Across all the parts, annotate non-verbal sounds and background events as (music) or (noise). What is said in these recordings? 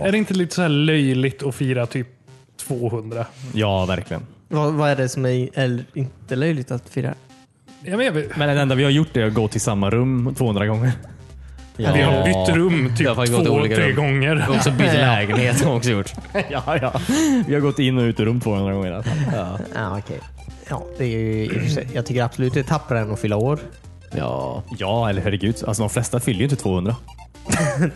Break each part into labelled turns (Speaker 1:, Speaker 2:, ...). Speaker 1: Är det inte lite så här löjligt att fira typ 200?
Speaker 2: Ja, verkligen.
Speaker 3: Vad, vad är det som är eller, inte löjligt att fira?
Speaker 1: Ja, men jag vet,
Speaker 2: Men det enda vi har gjort är att gå till samma rum 200 gånger.
Speaker 4: Ja.
Speaker 1: Vi har bytt rum
Speaker 4: Vi har
Speaker 1: typ
Speaker 4: faktiskt gått
Speaker 1: två,
Speaker 4: olika
Speaker 1: tre
Speaker 4: rum.
Speaker 1: gånger.
Speaker 4: Och så bytt lägenhet har vi också gjort.
Speaker 2: (laughs) Ja, ja. Vi har gått in och ut ur rum 200 gånger i alla fall.
Speaker 3: Ja, okej. Ja, det är ju, i och för sig- jag tycker absolut det är tappare än att fylla år.
Speaker 4: Ja,
Speaker 2: Ja, eller herregud. Alltså, de flesta fyller ju inte 200.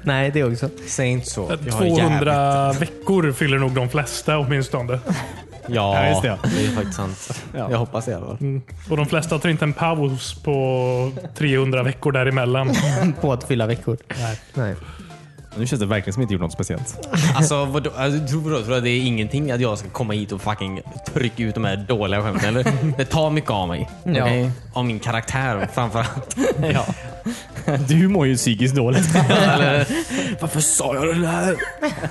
Speaker 3: Nej, det också.
Speaker 5: Säg inte så. Jag har jävligt-
Speaker 1: 200 veckor fyller nog de flesta åtminstone.
Speaker 2: Ja, just det.
Speaker 4: det Mm. är faktiskt sant.
Speaker 5: Jag hoppas det i alla fall.
Speaker 1: Och de flesta tar inte en paus på 300 veckor däremellan.
Speaker 3: På att fylla veckor.
Speaker 1: Nej.
Speaker 3: Nej.
Speaker 2: Nu känns det verkligen som inte gjort något speciellt.
Speaker 4: Alltså, vadå? Alltså, tror du tror du att det är ingenting att jag ska komma hit och fucking trycka ut de här dåliga skämten? Eller? Det tar mycket av mig.
Speaker 3: Ja.
Speaker 4: okej? Av min karaktär framförallt.
Speaker 2: Ja. Du mår ju psykiskt dåligt. (laughs)
Speaker 4: Varför sa jag det där?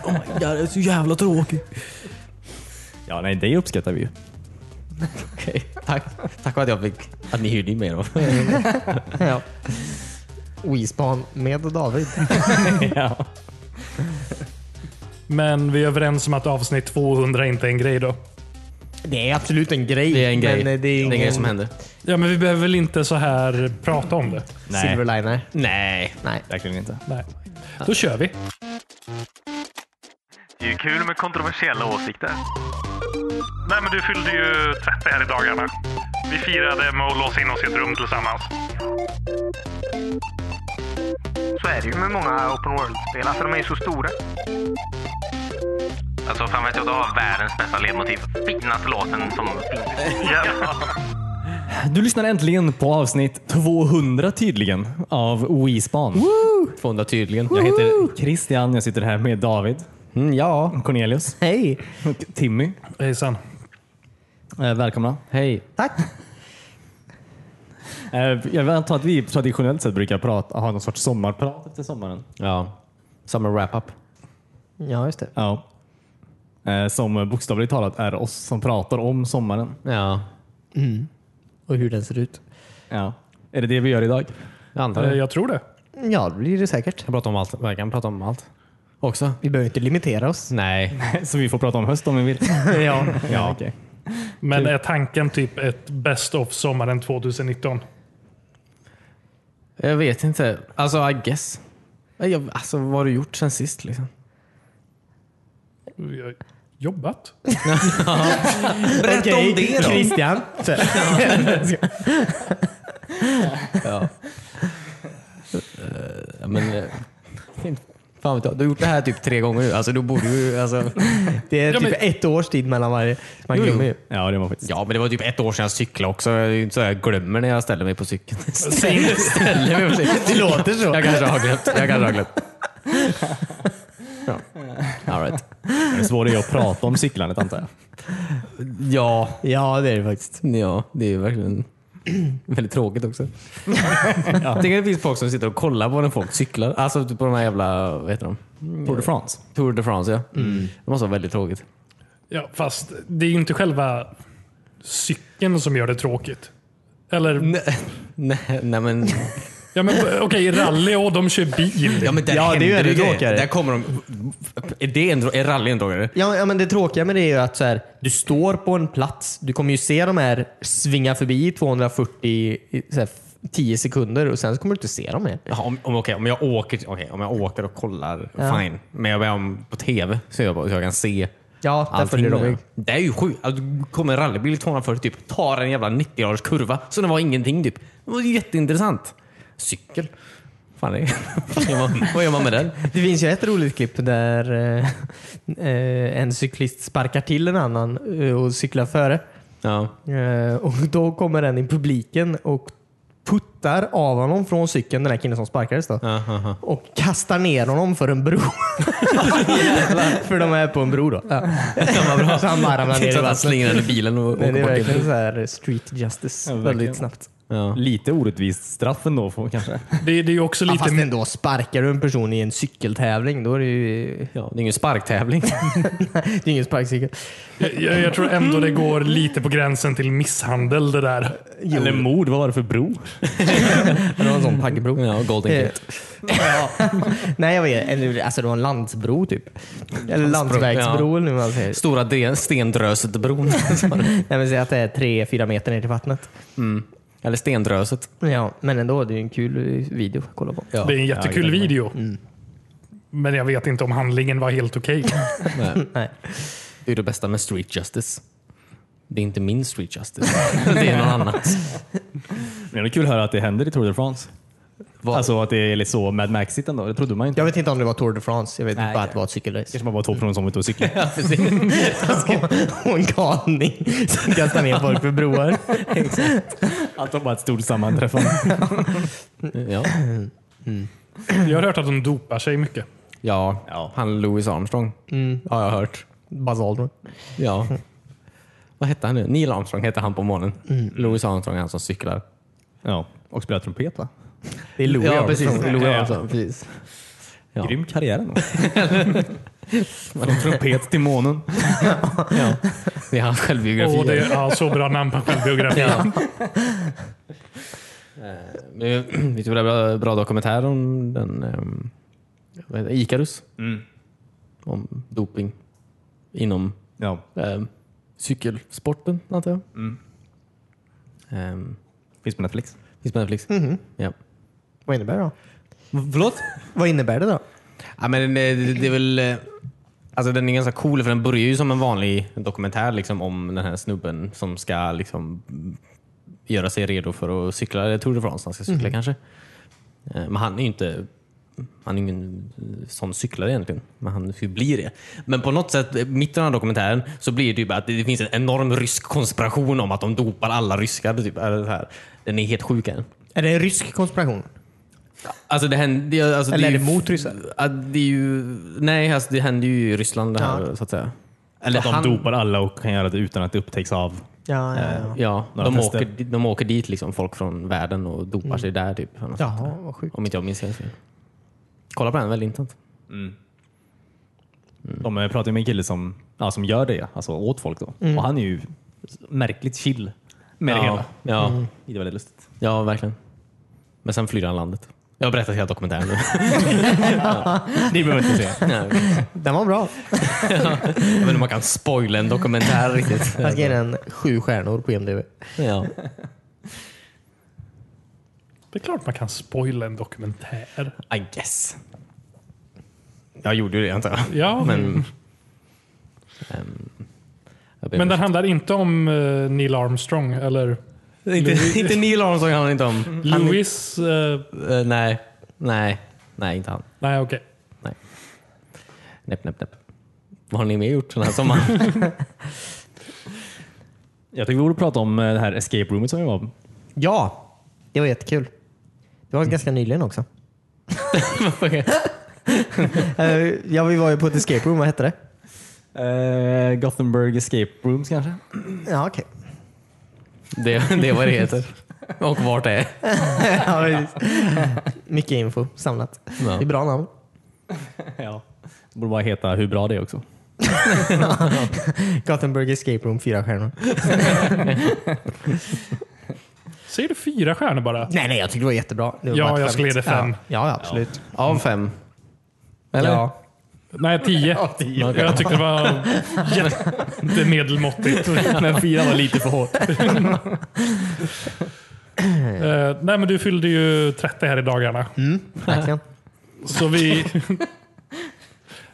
Speaker 4: Oh my god, det är så jävla tråkigt.
Speaker 2: Ja, nej, det uppskattar vi ju.
Speaker 4: Okej, tack. Tack för att jag fick, att ni hyrde in mig då. (laughs)
Speaker 3: Ja. Wispan med David.
Speaker 2: Ja.
Speaker 1: Men vi är överens om att avsnitt 200 inte är en grej då.
Speaker 3: Det är absolut en grej.
Speaker 4: Det är en grej.
Speaker 3: Men eh, det är
Speaker 4: en
Speaker 3: ingen
Speaker 4: grej som händer.
Speaker 1: Ja, men vi behöver väl inte så här prata om det?
Speaker 2: Nej,
Speaker 3: silverliner.
Speaker 4: Nej.
Speaker 3: Nej.
Speaker 2: verkligen inte.
Speaker 1: Nej. Då kör vi.
Speaker 6: Det är ju kul med kontroversiella åsikter. Nej, men du fyllde ju 30 här i dagarna. Vi firade med att låsa in oss i ett rum tillsammans.
Speaker 7: Så är det ju med många open world-spel, alltså de är ju så stora.
Speaker 6: Alltså, fan vet jag, du har världens bästa ledmotiv. Finaste låten som finns. Ja.
Speaker 2: Du lyssnar äntligen på avsnitt 200 tydligen av WeSpan.
Speaker 4: 200 tydligen.
Speaker 2: Jag heter Christian, jag sitter här med David,
Speaker 5: Mm, ja.
Speaker 2: Cornelius
Speaker 3: Hej!
Speaker 2: och Timmy.
Speaker 1: Hejsan.
Speaker 2: Eh, välkomna.
Speaker 4: Hej.
Speaker 3: Tack!
Speaker 2: Eh, jag antar att vi traditionellt sett brukar prata, ha någon sorts sommarprat efter sommaren.
Speaker 4: Ja. Summer wrap-up.
Speaker 3: Ja, just det.
Speaker 2: Ja. Eh, som bokstavligt talat är oss som pratar om sommaren.
Speaker 4: Ja.
Speaker 3: Och hur den ser ut.
Speaker 2: Ja. Är det det vi gör idag?
Speaker 4: Jag antar
Speaker 1: Eh,
Speaker 4: det.
Speaker 1: Jag tror
Speaker 4: (laughs)
Speaker 1: det.
Speaker 3: Ja, det blir det säkert.
Speaker 4: Jag pratar om allt. Jag kan prata om allt. Också?
Speaker 3: Vi behöver inte limitera oss.
Speaker 4: Nej. (laughs)
Speaker 2: Så vi får prata om höst om vi vill.
Speaker 3: ja.
Speaker 2: ja, (laughs) okej.
Speaker 1: Men är tanken typ ett best of sommaren 2019?
Speaker 4: Jag vet inte. Alltså, I guess. Jag, alltså, vad har du gjort sen sist? Liksom?
Speaker 1: Vi har Jobbat?
Speaker 4: Berätta
Speaker 3: Okej, (laughs) Christian.
Speaker 4: Men, eh, fan vet jag. Du har gjort det här typ tre gånger nu. Alltså, du borde
Speaker 3: (laughs)
Speaker 4: ju... Alltså,
Speaker 3: Det är
Speaker 1: Ja,
Speaker 3: typ
Speaker 1: men-
Speaker 3: ett års tid mellan varje. så Man
Speaker 4: Jo, jo.
Speaker 3: glömmer ju.
Speaker 2: Ja, det var faktiskt.
Speaker 4: ja, men det var typ ett år sedan jag cyklade också. Det är ju inte så jag glömmer när jag ställer mig
Speaker 3: (laughs)
Speaker 4: på cykeln.
Speaker 1: Säg inte
Speaker 4: Ställer mig på cykeln.
Speaker 3: Det låter så.
Speaker 4: Jag kanske har glömt. Jag
Speaker 3: (laughs)
Speaker 4: kanske har glömt. Ja. All right.
Speaker 2: Det svåra är att prata om cyklandet antar jag.
Speaker 4: Ja,
Speaker 3: Ja, det är det faktiskt.
Speaker 4: Ja, det är ju verkligen väldigt
Speaker 3: (laughs)
Speaker 4: tråkigt också. Tänk att det finns folk som sitter och kollar på när folk cyklar. Alltså typ på de här jävla, vad heter de?
Speaker 2: Tour de France.
Speaker 4: Tour de France ja.
Speaker 3: Mm.
Speaker 4: Det måste vara väldigt tråkigt.
Speaker 1: Ja, fast det är ju inte själva cykeln som gör det tråkigt. Eller,
Speaker 4: (laughs) Nej, nej men.
Speaker 1: ja men okej, rally och de kör bil.
Speaker 4: Ja men där
Speaker 3: Ja, det är ju
Speaker 4: händer
Speaker 3: ännu
Speaker 4: grejer.
Speaker 3: tråkigare.
Speaker 4: Där kommer de. Är, det en, dro- är rally en drogare?
Speaker 3: Ja, ja, men det tråkiga med det är ju att så här, du står på en plats. Du kommer ju se de här svinga förbi i 240 i så här, 10 sekunder och sen så kommer du inte se dem mer.
Speaker 4: Jaha, om, om, okej, om, jag åker, okej, om jag åker och kollar,
Speaker 3: Ja.
Speaker 4: fine. Men jag, om på TV så jag, bara- så jag kan se
Speaker 3: Ja, där
Speaker 4: Allting
Speaker 3: följer de ju.
Speaker 4: med. Det är ju sjukt. Alltså, du kommer en rallybil i 240 typ, tar en jävla 90-graders kurva så det var ingenting typ. Det var ju jätteintressant. Cykel. Fan, det (laughs) är, vad, gör man, vad gör man med den?
Speaker 3: Det finns ju ett roligt klipp där eh, (laughs) eh, en cyklist sparkar till en annan eh, och cyklar före.
Speaker 4: Ja.
Speaker 3: Eh, och då kommer den i publiken och puttar av honom från cykeln, den här killen som sparkades då.
Speaker 4: Ja, ja, ja.
Speaker 3: Och kastar ner honom för (laughs) en bro. för de är på en bro då. Ja. Så han bara ramlar ner
Speaker 4: Det är så
Speaker 3: i
Speaker 4: att han
Speaker 3: vattnet.
Speaker 4: slänger den i bilen och
Speaker 3: Nej, det
Speaker 4: åker
Speaker 3: är
Speaker 4: bort.
Speaker 3: verkligen så här street justice.
Speaker 2: Ja, verkligen.
Speaker 3: väldigt snabbt.
Speaker 4: Ja.
Speaker 2: Lite orättvist straff ändå får- (laughs) kanske.
Speaker 1: Det, det är ju också
Speaker 3: Ja,
Speaker 1: lite...
Speaker 3: fast ändå, sparkar du en person i en cykeltävling, då är det ju... (laughs)
Speaker 4: Ja, det är ingen sparktävling.
Speaker 3: Det är ingen sparkcykel.
Speaker 1: jag, jag tror ändå det går lite på gränsen till misshandel det där.
Speaker 2: Eller mord, vad var det för bro?
Speaker 3: Men det var en sån paggbro.
Speaker 4: Ja, Golden
Speaker 3: Eh,
Speaker 4: Gate.
Speaker 3: (laughs) ja. Nej, jag vet. Eller, alltså, det var en landsbro typ. Eller landsvägsbro eller hur man säger.
Speaker 4: Stora de- (laughs) Stendröset-bron.
Speaker 3: (laughs) Nej, men säg att det är tre, fyra meter ner till vattnet.
Speaker 4: Eller Stendröset.
Speaker 3: Ja, men ändå, det är ju en kul video att kolla på.
Speaker 4: Ja.
Speaker 1: Det är en jättekul
Speaker 4: Ja,
Speaker 1: video. Men jag vet inte om handlingen var helt okej.
Speaker 4: (laughs)
Speaker 3: Nej.
Speaker 4: Det är det bästa med Street Justice. Det är inte min Street (laughs) Justice. Det är någon annans.
Speaker 2: Men det är kul att höra att det händer i Tour de France. Alltså att det är lite så Mad Maxigt ändå. Det trodde man ju inte.
Speaker 3: Jag vet inte om det var Tour de France. Jag vet
Speaker 4: Nej,
Speaker 3: bara att
Speaker 4: ja.
Speaker 3: det var ett cykelrace.
Speaker 2: kanske bara var två personer som var ute och (laughs) cyklade.
Speaker 3: (laughs) Och en galning som kastar ner folk
Speaker 2: (laughs)
Speaker 3: för broar.
Speaker 2: Att det var bara ett stort sammanträffande.
Speaker 4: Ja.
Speaker 1: Jag har hört att de dopar sig mycket.
Speaker 4: Ja.
Speaker 2: Ja.
Speaker 4: han Louis Armstrong
Speaker 1: Mm.
Speaker 4: har jag hört.
Speaker 3: Buzz Aldrin.
Speaker 4: Ja. (laughs) Vad hette han nu? Neil Armstrong hette han på morgonen.
Speaker 1: Mm.
Speaker 4: Louis Armstrong är han som cyklar.
Speaker 2: ja. Och spelade trumpet va?
Speaker 3: Det är Louis
Speaker 4: ja,
Speaker 3: Armstrong.
Speaker 4: precis. Louis
Speaker 2: Ja.
Speaker 4: Armstrong. Precis. Ja.
Speaker 2: Grym karriär ändå. (laughs) Från trumpet till månen.
Speaker 4: Ja. (laughs) Det är hans självbiografi.
Speaker 1: Och det är ja, så bra namn på
Speaker 4: (laughs)
Speaker 1: en självbiografi.
Speaker 4: Eh, (clears throat) Vi tog en bra, bra dokumentär om den ehm, vad heter det? Icarus. Om doping inom
Speaker 2: Ja.
Speaker 4: ehm, cykelsporten, antar jag. Ehm,
Speaker 2: Finns på Netflix.
Speaker 4: finns på Netflix. Ja.
Speaker 3: Vad innebär det då?
Speaker 4: Förlåt?
Speaker 3: Vad innebär det då?
Speaker 4: Ja, men det, det det är väl... eh, Alltså den är ganska cool för den börjar ju som en vanlig dokumentär liksom, om den här snubben som ska liksom, mm, göra sig redo för att cykla. Jag tror det var han ska cykla kanske. Eh, Men han är ju inte han är ju ingen eh, sån cyklare egentligen, men han ska ju bli det. Men på något sätt, eh, mitt i den här dokumentären, så blir det ju bara att det det finns en enorm rysk konspiration om att de dopar alla ryskar. Typ, eller så här. Den är helt sjuk. Än.
Speaker 3: Är det en rysk konspiration?
Speaker 4: Alltså det händer, det, är- alltså
Speaker 3: Eller
Speaker 4: det
Speaker 3: är det mot ryssar?
Speaker 4: Ja, det är ju, nej, alltså det händer ju i Ryssland det här så att säga. Eller
Speaker 2: Att de dopar alla och kan göra det utan att det upptäcks av
Speaker 3: Ja, ja, ja.
Speaker 4: Ja,
Speaker 2: Några
Speaker 4: de
Speaker 2: tester.
Speaker 4: åker, di- de åker dit liksom, folk från världen och dopar sig där typ. eller något sånt
Speaker 3: Jaha,
Speaker 4: där.
Speaker 3: vad sjukt.
Speaker 4: Om inte jag minns helt fel. Kolla på den, väldigt intressant.
Speaker 2: De eh, pratade med en kille som, ja, som gör det, alltså åt folk. Då. Och han är ju märkligt chill med det
Speaker 4: Ja,
Speaker 2: hela.
Speaker 4: ja,
Speaker 2: Det är väldigt lustigt.
Speaker 4: ja, verkligen. Men sen flyr han landet. Jag har berättat hela dokumentären (laughs) nu.
Speaker 2: Ni behöver inte se.
Speaker 4: Nej, okej.
Speaker 3: Den var bra.
Speaker 4: jag vet inte om man kan spoila en dokumentär riktigt.
Speaker 3: Alltså, Jag ska ge den sju stjärnor på IMDB.
Speaker 4: Ja.
Speaker 1: Det är klart man kan spoila en dokumentär.
Speaker 4: I guess. Jag gjorde ju det antar jag.
Speaker 1: Ja,
Speaker 4: Men...
Speaker 1: men,
Speaker 4: Mm. ehm, jag ber om
Speaker 1: den handlar inte om eh, Neil Armstrong eller
Speaker 4: Inte, inte Neil Armstrong handlar inte om. Han,
Speaker 1: Louis. eh,
Speaker 4: eh, nej, nej, nej, inte han.
Speaker 1: nej, okej.
Speaker 4: Näpp, näpp, näpp. Vad har ni mer gjort den här (laughs) sommaren?
Speaker 2: (laughs) Jag tycker vi borde prata om eh, det här escape roomet som vi var
Speaker 3: Ja, det var jättekul. Det
Speaker 1: Mm.
Speaker 3: var ganska
Speaker 1: (laughs)
Speaker 3: nyligen också. (laughs) Eh, ja, vi var ju på ett escape room. Vad hette det?
Speaker 2: eh, Gothenburg escape rooms kanske? (laughs)
Speaker 3: Ja, okej.
Speaker 4: det, det är vad det heter. Och vart det är.
Speaker 3: (laughs) Ja, precis. Mycket info samlat.
Speaker 4: Ja.
Speaker 3: Det är bra namn.
Speaker 2: ja. Det borde bara heta hur bra det är också.
Speaker 3: Gothenburg Escape Room, fyra stjärnor.
Speaker 1: Säger du fyra stjärnor bara?
Speaker 3: Nej, nej, jag tyckte det var jättebra. Det var
Speaker 1: Ja,
Speaker 3: bara ett
Speaker 1: jag
Speaker 3: skämt.
Speaker 1: skulle ge det fem.
Speaker 3: Ja, ja absolut.
Speaker 4: Av fem.
Speaker 3: Eller?
Speaker 4: Eller?
Speaker 3: Ja.
Speaker 1: Nej, tio. Jag tyckte det var jättemedelmåttigt.
Speaker 2: Men fyra var lite för hårt.
Speaker 1: Eh, nej, men du fyllde ju 30 här i dagarna.
Speaker 3: Verkligen.
Speaker 1: Så vi,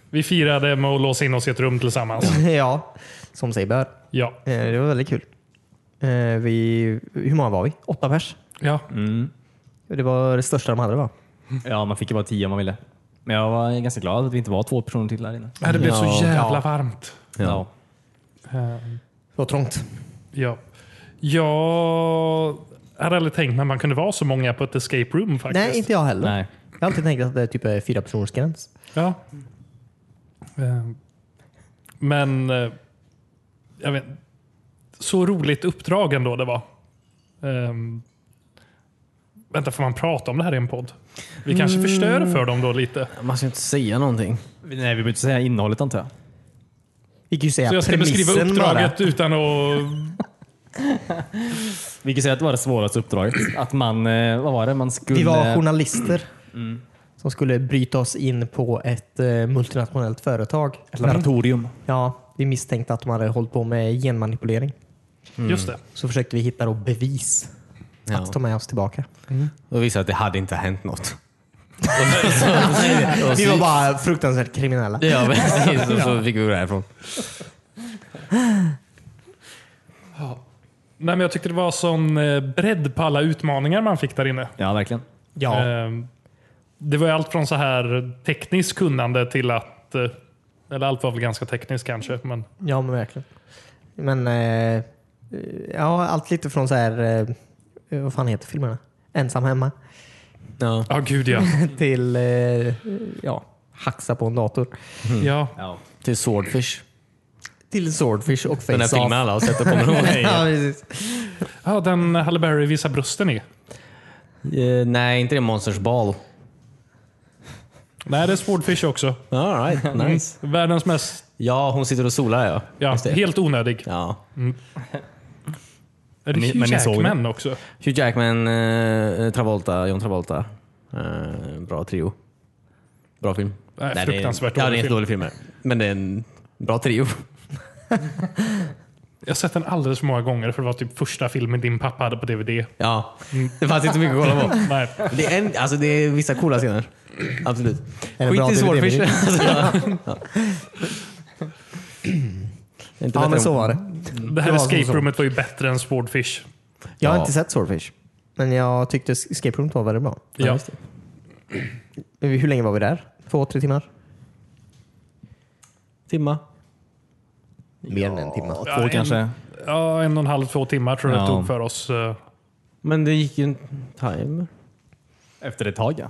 Speaker 1: vi firade med att låsa in oss i ett rum tillsammans.
Speaker 3: (laughs) ja, som sig bör.
Speaker 1: Ja.
Speaker 3: Eh, Det var väldigt kul. Eh, Vi, hur många var vi? Åtta pers.
Speaker 1: ja.
Speaker 2: Mm.
Speaker 3: Det var det största de hade va?
Speaker 2: Ja, man fick ju bara tio om man ville. Men jag var ganska glad att vi inte var två personer till där inne.
Speaker 1: Nej, Äh, Det blev
Speaker 4: Ja.
Speaker 1: så jävla varmt.
Speaker 4: Ja.
Speaker 1: Eh,
Speaker 3: Det var trångt.
Speaker 1: Ja. Jag hade aldrig tänkt att man kunde vara så många på ett escape room faktiskt.
Speaker 3: Nej, inte jag heller.
Speaker 2: Nej.
Speaker 3: Jag har alltid tänkt att det är typ en fyra personers gräns.
Speaker 1: Ja. Eh, Men eh, jag vet, så roligt uppdrag ändå det var. Eh, Vänta, får man prata om det här i en podd? Vi kanske förstör för dem då lite.
Speaker 4: Man ska inte säga någonting.
Speaker 2: Nej, vi behöver inte säga innehållet antar jag.
Speaker 3: Vi kan ju säga
Speaker 1: Så jag ska beskriva
Speaker 3: premissen bara.
Speaker 1: uppdraget utan att...
Speaker 2: Vi kan säga att det var det svåraste uppdraget. Att man, eh, vad var det? Man skulle...
Speaker 3: Vi var
Speaker 1: eh,
Speaker 3: journalister
Speaker 1: Mm.
Speaker 3: som skulle bryta oss in på ett eh, multinationellt företag. Mm.
Speaker 2: Ett laboratorium.
Speaker 3: Ja, vi misstänkte att de hade hållit på med genmanipulering.
Speaker 1: Just det.
Speaker 3: Så försökte vi hitta då bevis
Speaker 4: Ja.
Speaker 3: att ta med oss tillbaka.
Speaker 4: Och visa att det hade inte hänt något.
Speaker 3: Vi var bara fruktansvärt kriminella.
Speaker 4: (laughs) Ja, precis. Och så fick vi gå därifrån.
Speaker 1: Nej, men jag tyckte det var sån eh, bredd på alla utmaningar man fick där inne.
Speaker 2: Ja, verkligen.
Speaker 3: Ja,
Speaker 1: Ehm, Det var ju allt från så här tekniskt kunnande till att... eh, Eller allt var väl ganska tekniskt kanske. Men
Speaker 3: ja men verkligen. Men eh, ja, allt lite från så här, eh, vad fan heter filmerna? Ensam hemma. (laughs)
Speaker 4: Ja.
Speaker 1: ja, gud ja.
Speaker 3: Till, eh, ja, haxa på en dator.
Speaker 1: (laughs) ja.
Speaker 4: Till Swordfish.
Speaker 3: Till Swordfish och
Speaker 4: Den här
Speaker 3: Face-Off.
Speaker 4: filmen alla har sett och kommer ihåg. (laughs)
Speaker 3: ja, precis.
Speaker 1: ja den Halle Berry visar brösten i.
Speaker 4: Eh, nej, inte det Monsters Ball.
Speaker 1: Nej, det är Swordfish också.
Speaker 4: All (laughs) right, nice.
Speaker 1: Världens mest...
Speaker 4: Ja, hon sitter och solar ja.
Speaker 1: Ja, helt onödig.
Speaker 4: ja.
Speaker 1: Är det
Speaker 2: Men ni-
Speaker 1: Hugh
Speaker 2: men ni såg
Speaker 1: Jackman också?
Speaker 4: Hugh Jackman, eh, Travolta, John Travolta. Eh, bra trio. Bra film.
Speaker 1: Nej,
Speaker 4: det är-
Speaker 1: fruktansvärt
Speaker 4: Ja, det är
Speaker 1: dålig
Speaker 4: en
Speaker 1: film.
Speaker 4: dålig film. Men det är en bra trio. (laughs)
Speaker 1: Jag har sett den alldeles för många gånger för det var typ första filmen din pappa hade på DVD.
Speaker 4: Ja,
Speaker 1: Mm.
Speaker 4: det fanns inte så mycket att kolla på.
Speaker 1: Nej.
Speaker 4: Det är, en, alltså, det är vissa coola scener. Absolut.
Speaker 3: Är det bra
Speaker 4: Skit i Swordfish.
Speaker 3: DVD-video?
Speaker 4: Alltså, ja. Det är inte
Speaker 3: ja
Speaker 4: bättre
Speaker 3: men
Speaker 4: än-
Speaker 3: så var det.
Speaker 1: Det här
Speaker 3: Det var som
Speaker 1: escape
Speaker 3: så.
Speaker 1: roomet var ju bättre än Swordfish.
Speaker 3: Jag har
Speaker 4: Ja.
Speaker 3: inte sett Swordfish. Men jag tyckte Escape Room 2 var väldigt bra.
Speaker 1: Ja.
Speaker 3: just det. Hur länge var vi där? Två, tre timmar?
Speaker 4: Timma.
Speaker 3: Mer än en timme.
Speaker 2: Två kanske.
Speaker 1: Ja, en och en halv, två timmar tror jag
Speaker 2: Ja.
Speaker 1: det tog för oss. eh,
Speaker 4: Men det gick ju en timer.
Speaker 2: Efter ett tag ja.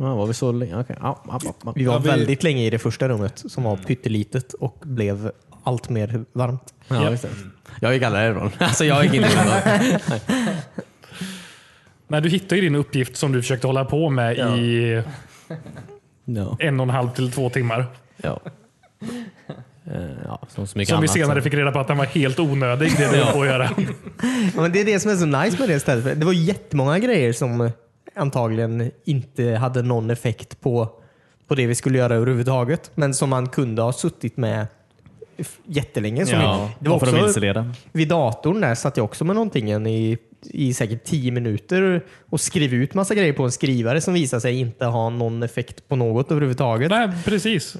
Speaker 4: Ja, var vi så länge? Okej. Ja, ja, ja, ja.
Speaker 3: Vi var
Speaker 1: Ja, vi-
Speaker 3: väldigt länge i det första rummet som var pyttelitet och blev allt mer varmt.
Speaker 4: Ja, just det. Jag gick alla därifrån. (laughs) Alltså jag
Speaker 1: (laughs)
Speaker 4: gick inte undan.
Speaker 1: Nej, du hittade ju din uppgift som du försökte hålla på med i
Speaker 4: No.
Speaker 1: en och en halv till två timmar.
Speaker 4: Ja. Eh, ja, som så mycket
Speaker 1: Som vi
Speaker 4: annat.
Speaker 1: senare fick reda på att den var helt onödig, det du höll på att göra.
Speaker 3: Ja, men det är det som är så nice med det stället. För Det var jättemånga grejer som antagligen inte hade någon effekt på, på det vi skulle göra överhuvudtaget. Men som man kunde ha suttit med f- jättelänge. Som
Speaker 2: Ja,
Speaker 3: det var
Speaker 2: för att
Speaker 3: också,
Speaker 2: vilseleda.
Speaker 3: vid datorn där satt jag också med någonting än i, i säkert tio minuter och skrev ut massa grejer på en skrivare som visade sig inte ha någon effekt på något överhuvudtaget.
Speaker 1: Nej, precis.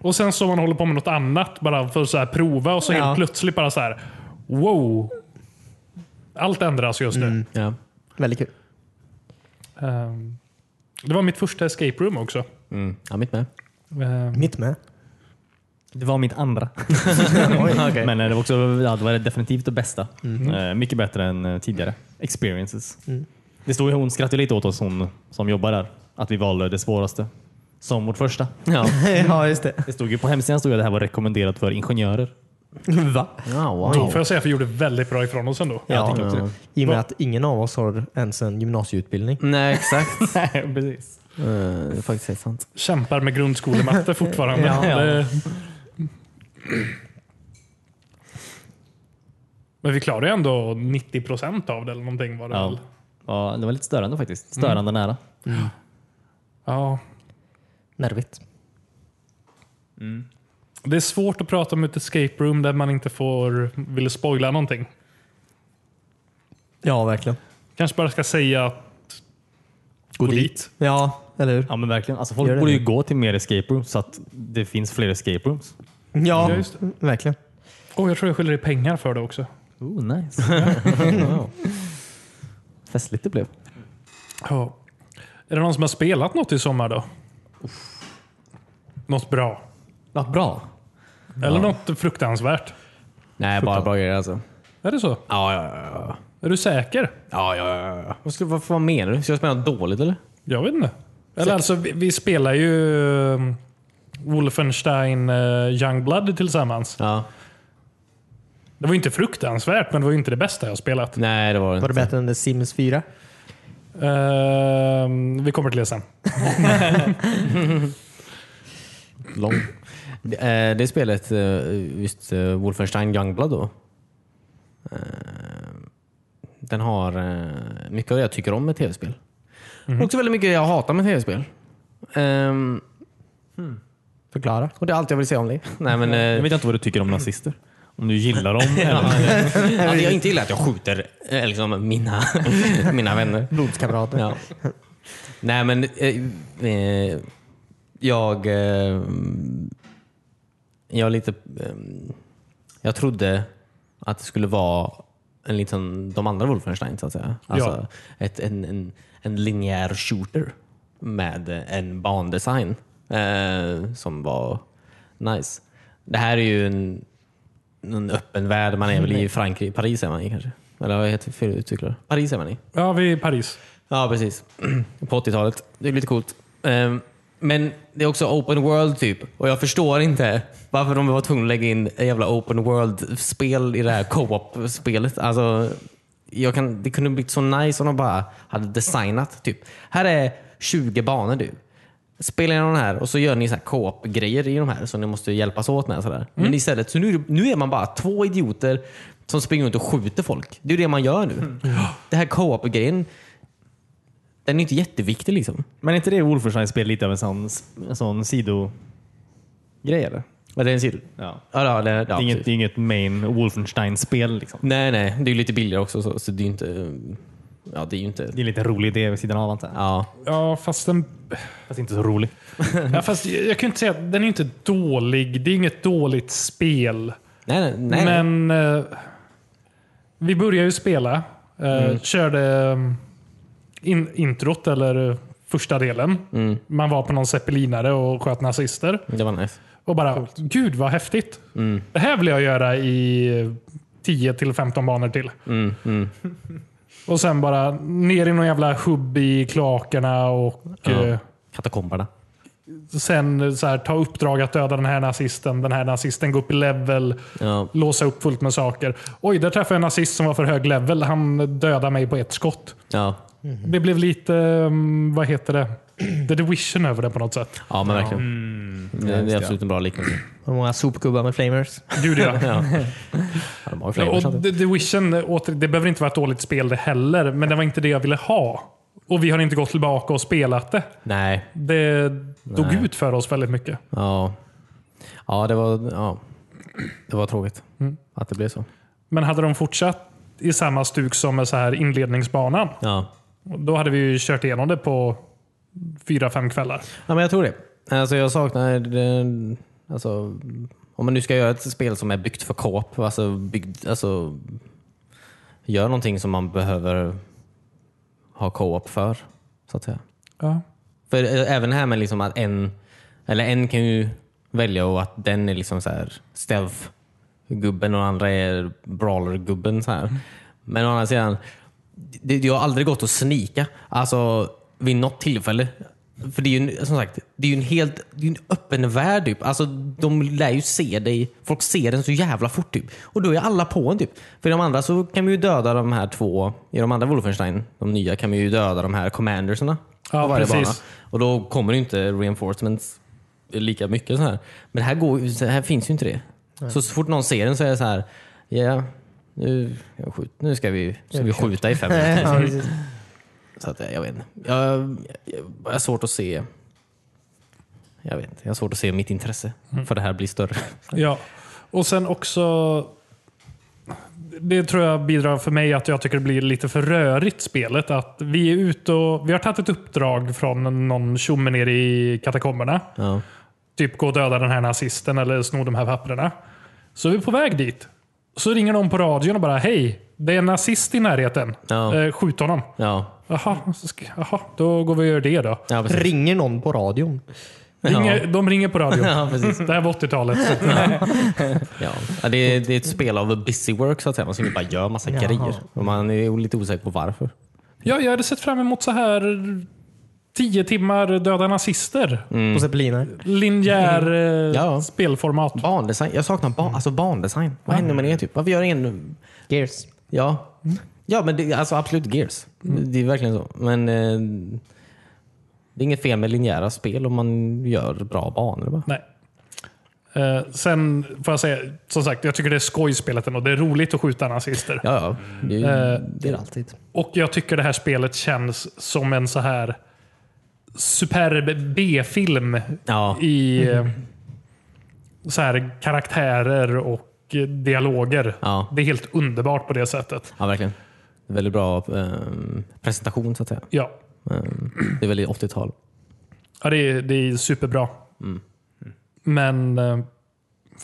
Speaker 1: Och sen så man håller på med något annat bara för att så här prova och så
Speaker 3: Ja.
Speaker 1: helt plötsligt bara så här wow. Allt ändras just nu.
Speaker 4: Ja.
Speaker 3: Väldigt kul.
Speaker 1: Ehm, Det var mitt första escape room också.
Speaker 4: Mm. ja, mitt med.
Speaker 1: Ehm,
Speaker 3: Mitt
Speaker 4: (laughs)
Speaker 3: med.
Speaker 2: Det var mitt andra. Men eh, det var, också, ja, det var definitivt det bästa. Eh, mycket bättre än eh, tidigare experiences. Det stod ju, hon skrattade lite åt oss, hon som jobbar där, att vi valde det svåraste som vårt första.
Speaker 4: Ja.
Speaker 3: ja, just det.
Speaker 2: Det stod ju på hemsidan stod ju att det här var rekommenderat för ingenjörer.
Speaker 3: Va?
Speaker 4: (laughs) Ja,
Speaker 1: Då
Speaker 4: wow.
Speaker 1: får jag säga att vi gjorde väldigt bra ifrån oss ändå.
Speaker 3: Ja,
Speaker 2: tycker också det.
Speaker 3: I och med att ingen av oss har ens en gymnasieutbildning.
Speaker 4: Nej, exakt.
Speaker 2: Nej, (laughs) precis.
Speaker 4: (laughs) Eh, det är faktiskt helt sant.
Speaker 1: Kämpar med grundskolematte fortfarande.
Speaker 2: Ja.
Speaker 1: Det- Men vi klarade ju ändå 90 procent av det eller någonting var det
Speaker 2: Ja.
Speaker 1: väl?
Speaker 2: Ja, det var lite störande faktiskt. Störande nära.
Speaker 1: Ja.
Speaker 3: Nervigt.
Speaker 1: Det är svårt att prata om ett escape room där man inte får vill spoila någonting.
Speaker 3: Ja, verkligen.
Speaker 1: Kanske bara ska säga att
Speaker 3: Gå
Speaker 1: dit.
Speaker 3: Ja, eller hur?
Speaker 2: Ja men verkligen. Alltså, folk
Speaker 3: Gör det
Speaker 2: borde ju
Speaker 3: nu.
Speaker 2: gå till mer escape rooms så att det finns fler escape rooms.
Speaker 3: Ja,
Speaker 1: Ja, just
Speaker 3: verkligen.
Speaker 1: oh, jag tror jag skyller dig pengar för det också.
Speaker 2: Oh, (laughs) nice. wow. Festligt det blev.
Speaker 1: Ja. Är det någon som har spelat något i sommar då? Något bra?
Speaker 2: Vad bra.
Speaker 1: Eller något fruktansvärt?
Speaker 4: Nej, bara bra grejer alltså.
Speaker 1: Är det så?
Speaker 4: Ja, ja, ja, ja.
Speaker 1: Är du säker?
Speaker 4: Ja, ja, ja, ja. Vad, skulle, vad, vad menar du? Ska jag spela något dåligt eller?
Speaker 1: Jag vet inte. Eller alltså, vi, vi spelar ju eh, Wolfenstein eh, Youngblood tillsammans.
Speaker 4: Ja.
Speaker 1: Det var ju inte fruktansvärt, men det var ju inte det bästa jag spelat.
Speaker 4: Nej, det var det
Speaker 3: Var det
Speaker 4: inte.
Speaker 3: bättre än The Sims 4?
Speaker 1: Ehm, vi kommer till det sen.
Speaker 4: Lång. Det, eh, det spelet, eh, just eh, Wolfenstein Youngblood då. Eh, Den har eh, mycket av det jag tycker om med tv-spel. Också väldigt mycket jag hatar med tv-spel. Ehm,
Speaker 3: Förklara.
Speaker 4: och det är allt jag vill säga om det. Nej, men, eh,
Speaker 2: Jag vet inte vad du tycker om nazister. Om du gillar dem eller
Speaker 4: Hade jag inte gillat att jag skjuter eh, liksom, mina, (laughs) mina vänner.
Speaker 3: Blodskamrater.
Speaker 4: Ja. (laughs) Nej men eh, eh, jag eh, jag är lite eh, jag trodde att det skulle vara en liksom de andra Wolfenstein så att säga. Alltså ett, en, en, en linjär shooter med en bandesign eh, som var nice. Det här är ju en, en öppen värld. Man är väl i Frankrike, Paris är man i kanske? Eller vad heter fel uttryckare? Paris är man i.
Speaker 1: Ja, vi är i Paris.
Speaker 4: Ja, precis. På 80-talet. Det är lite coolt. Ehm, Men det är också open world typ. Och jag förstår inte varför de var tvungna att lägga in en jävla open world-spel i det här co-op-spelet. Alltså, jag kan, det kunde blivit så nice om de bara hade designat. typ. Här är 20 banor du. Spela igenom den här och så gör ni så här co-op-grejer i de här så ni måste hjälpas åt med. Sådär. Men istället, så nu, nu är man bara två idioter som springer runt och skjuter folk. Det är ju det man gör nu. Det här co-op-grejen, den är inte jätteviktig liksom.
Speaker 2: Men är inte det Wolfenstein-spel lite av en sån, en sån sidogrej eller?
Speaker 4: Men det är en sill.
Speaker 2: Ja.
Speaker 4: Ja, ja, det,
Speaker 2: Det
Speaker 4: ja
Speaker 2: är inget,
Speaker 4: precis.
Speaker 2: det är inget main Wolfenstein-spel. Liksom.
Speaker 4: Nej, nej. Det är ju lite billigare också. Så, så det är ju inte... um, Ja, det är ju inte...
Speaker 2: Det är en liten rolig idé vid sidan av antar jag.
Speaker 4: Ja.
Speaker 1: Ja, fast
Speaker 4: (laughs)
Speaker 1: den...
Speaker 2: Fast inte så rolig.
Speaker 1: Ja, fast jag, jag kan inte säga att den är inte dålig. Det är inget dåligt spel.
Speaker 4: Nej, nej. nej.
Speaker 1: Men eh, vi började ju spela. Eh,
Speaker 4: Mm.
Speaker 1: Körde eh, in, introt, eller eh, första delen.
Speaker 4: Mm.
Speaker 1: Man var på någon zeppelinare och sköt nazister.
Speaker 4: Det var nice.
Speaker 1: Och bara, gud vad häftigt.
Speaker 4: Mm.
Speaker 1: Det här vill jag göra i 10 till 15 banor till.
Speaker 4: Mm.
Speaker 1: Och sen bara ner i någon jävla hubb i kloakerna och eh,
Speaker 4: Katakomberna.
Speaker 1: sen så här, ta uppdrag att döda den här nazisten. Den här nazisten, gå upp i level,
Speaker 4: Ja.
Speaker 1: låsa upp fullt med saker. Oj, där träffade jag en nazist som var för hög level. Han dödade mig på ett skott.
Speaker 4: Ja.
Speaker 1: Det blev lite, mm, vad heter det, The Division över det på något sätt.
Speaker 4: ja, men verkligen. det, Mm. det är absolut en bra liknelse.
Speaker 3: Hur många sopgubbar med flamers?
Speaker 1: Gud ja.
Speaker 4: Ja, de har ju
Speaker 1: Ja,
Speaker 4: fler
Speaker 1: Och
Speaker 4: sånt.
Speaker 1: The The Division, åter, det behöver inte vara ett dåligt spel det heller, men det var inte det jag ville ha. Och vi har inte gått tillbaka och spelat det.
Speaker 4: Nej.
Speaker 1: Det dog
Speaker 4: Nej.
Speaker 1: ut för oss väldigt mycket.
Speaker 4: Ja. Ja, det var... Ja. Det var tråkigt att det blev så.
Speaker 1: Men hade de fortsatt i samma stuk som med så här inledningsbanan,
Speaker 4: Ja.
Speaker 1: då hade vi ju kört igenom det på fyra, fem kvällar.
Speaker 4: Ja, men jag tror det. Alltså, jag saknar... det- Alltså, om man nu ska göra ett spel som är byggt för co-op, alltså, byggt, alltså, gör någonting som man behöver ha co-op för. Så att säga.
Speaker 1: Ja.
Speaker 4: För eh, även här med liksom att en, eller en kan ju välja och att den är liksom så här stealth gubben och den andra är brawler-gubben. Så här. Men å andra sidan, det, det har aldrig gått att snika. Alltså vid något tillfälle. För det är ju en, som sagt, det är ju en helt det är ju en öppen värld. Typ. Alltså, de lär ju se dig. Folk ser den så jävla fort. Typ. Och då är alla på en. Typ. För i de andra så kan vi ju döda de här två, i de andra Wolfenstein, de nya, kan vi ju döda de här commanderserna.
Speaker 1: Ja,
Speaker 4: på varje
Speaker 1: precis.
Speaker 4: bana. Och då kommer det ju inte reinforcements lika mycket. Så här. Men här, går, ju- så här finns ju inte det. Så, så fort någon ser den så är det så här, ja, nu, jag skjut, nu ska vi, ska vi skjuta i fem minuter.
Speaker 3: (laughs) Ja, precis.
Speaker 4: Så att, eh, jag vet inte. Jag, jag, jag har svårt att se jag vet inte. Jag har svårt att se mitt intresse för det här blir större.
Speaker 1: Ja, och sen också... Det tror jag bidrar för mig att jag tycker det blir lite för rörigt spelet. Att vi är ute och vi har tagit ett uppdrag från någon tjomme nere i katakomberna.
Speaker 4: Ja.
Speaker 1: Typ gå och döda den här nazisten eller sno de här papperna. Så är vi på väg dit. Så ringer någon på radion och bara hej, det är en nazist i närheten.
Speaker 4: Ja.
Speaker 1: Eh, skjut honom.
Speaker 4: Ja,
Speaker 1: Jaha, så ska- jaha, då går vi och gör det då.
Speaker 4: ja precis.
Speaker 3: Ringer någon på radion?
Speaker 1: Ringer, De ringer på radion.
Speaker 4: (laughs) Ja, precis.
Speaker 1: Det här var 80-talet. så-
Speaker 4: Ja. Ja, det, är, det är ett spel av busy work så att säga. Man sitter bara och gör massa grejer. Och man är lite osäker på varför.
Speaker 1: Ja, jag hade sett fram emot så här tio timmar döda nazister.
Speaker 3: På zeppeliner?
Speaker 1: Linjär eh,
Speaker 4: Mm. Ja.
Speaker 1: spelformat. Mm.
Speaker 4: Bandesign. Jag saknar ban, alltså bandesign. Vad händer med det? Typ? Varför gör ingen...
Speaker 1: Mm.
Speaker 3: Gears.
Speaker 4: Ja. Ja, men det, alltså absolut Gears. Det är verkligen så. Men eh, det är inget fel med linjära spel om man gör bra banor. Va?
Speaker 1: Nej. Eh, sen får jag säga, som sagt, jag tycker det är skoj i spelet ändå. Det är roligt att skjuta nazister.
Speaker 4: Ja, ja. Det, är ju-
Speaker 1: Eh,
Speaker 4: det är det alltid.
Speaker 1: Och jag tycker det här spelet känns som en så här superb B-film
Speaker 4: Ja.
Speaker 1: i eh,
Speaker 4: Mm.
Speaker 1: så här karaktärer och eh, dialoger.
Speaker 4: Ja.
Speaker 1: Det är helt underbart på det sättet.
Speaker 4: ja, verkligen. Det är Väldigt bra eh, presentation så att säga.
Speaker 1: Ja,
Speaker 4: Eh, det är väldigt 80-tal.
Speaker 1: ja det, är, det är superbra. Men eh,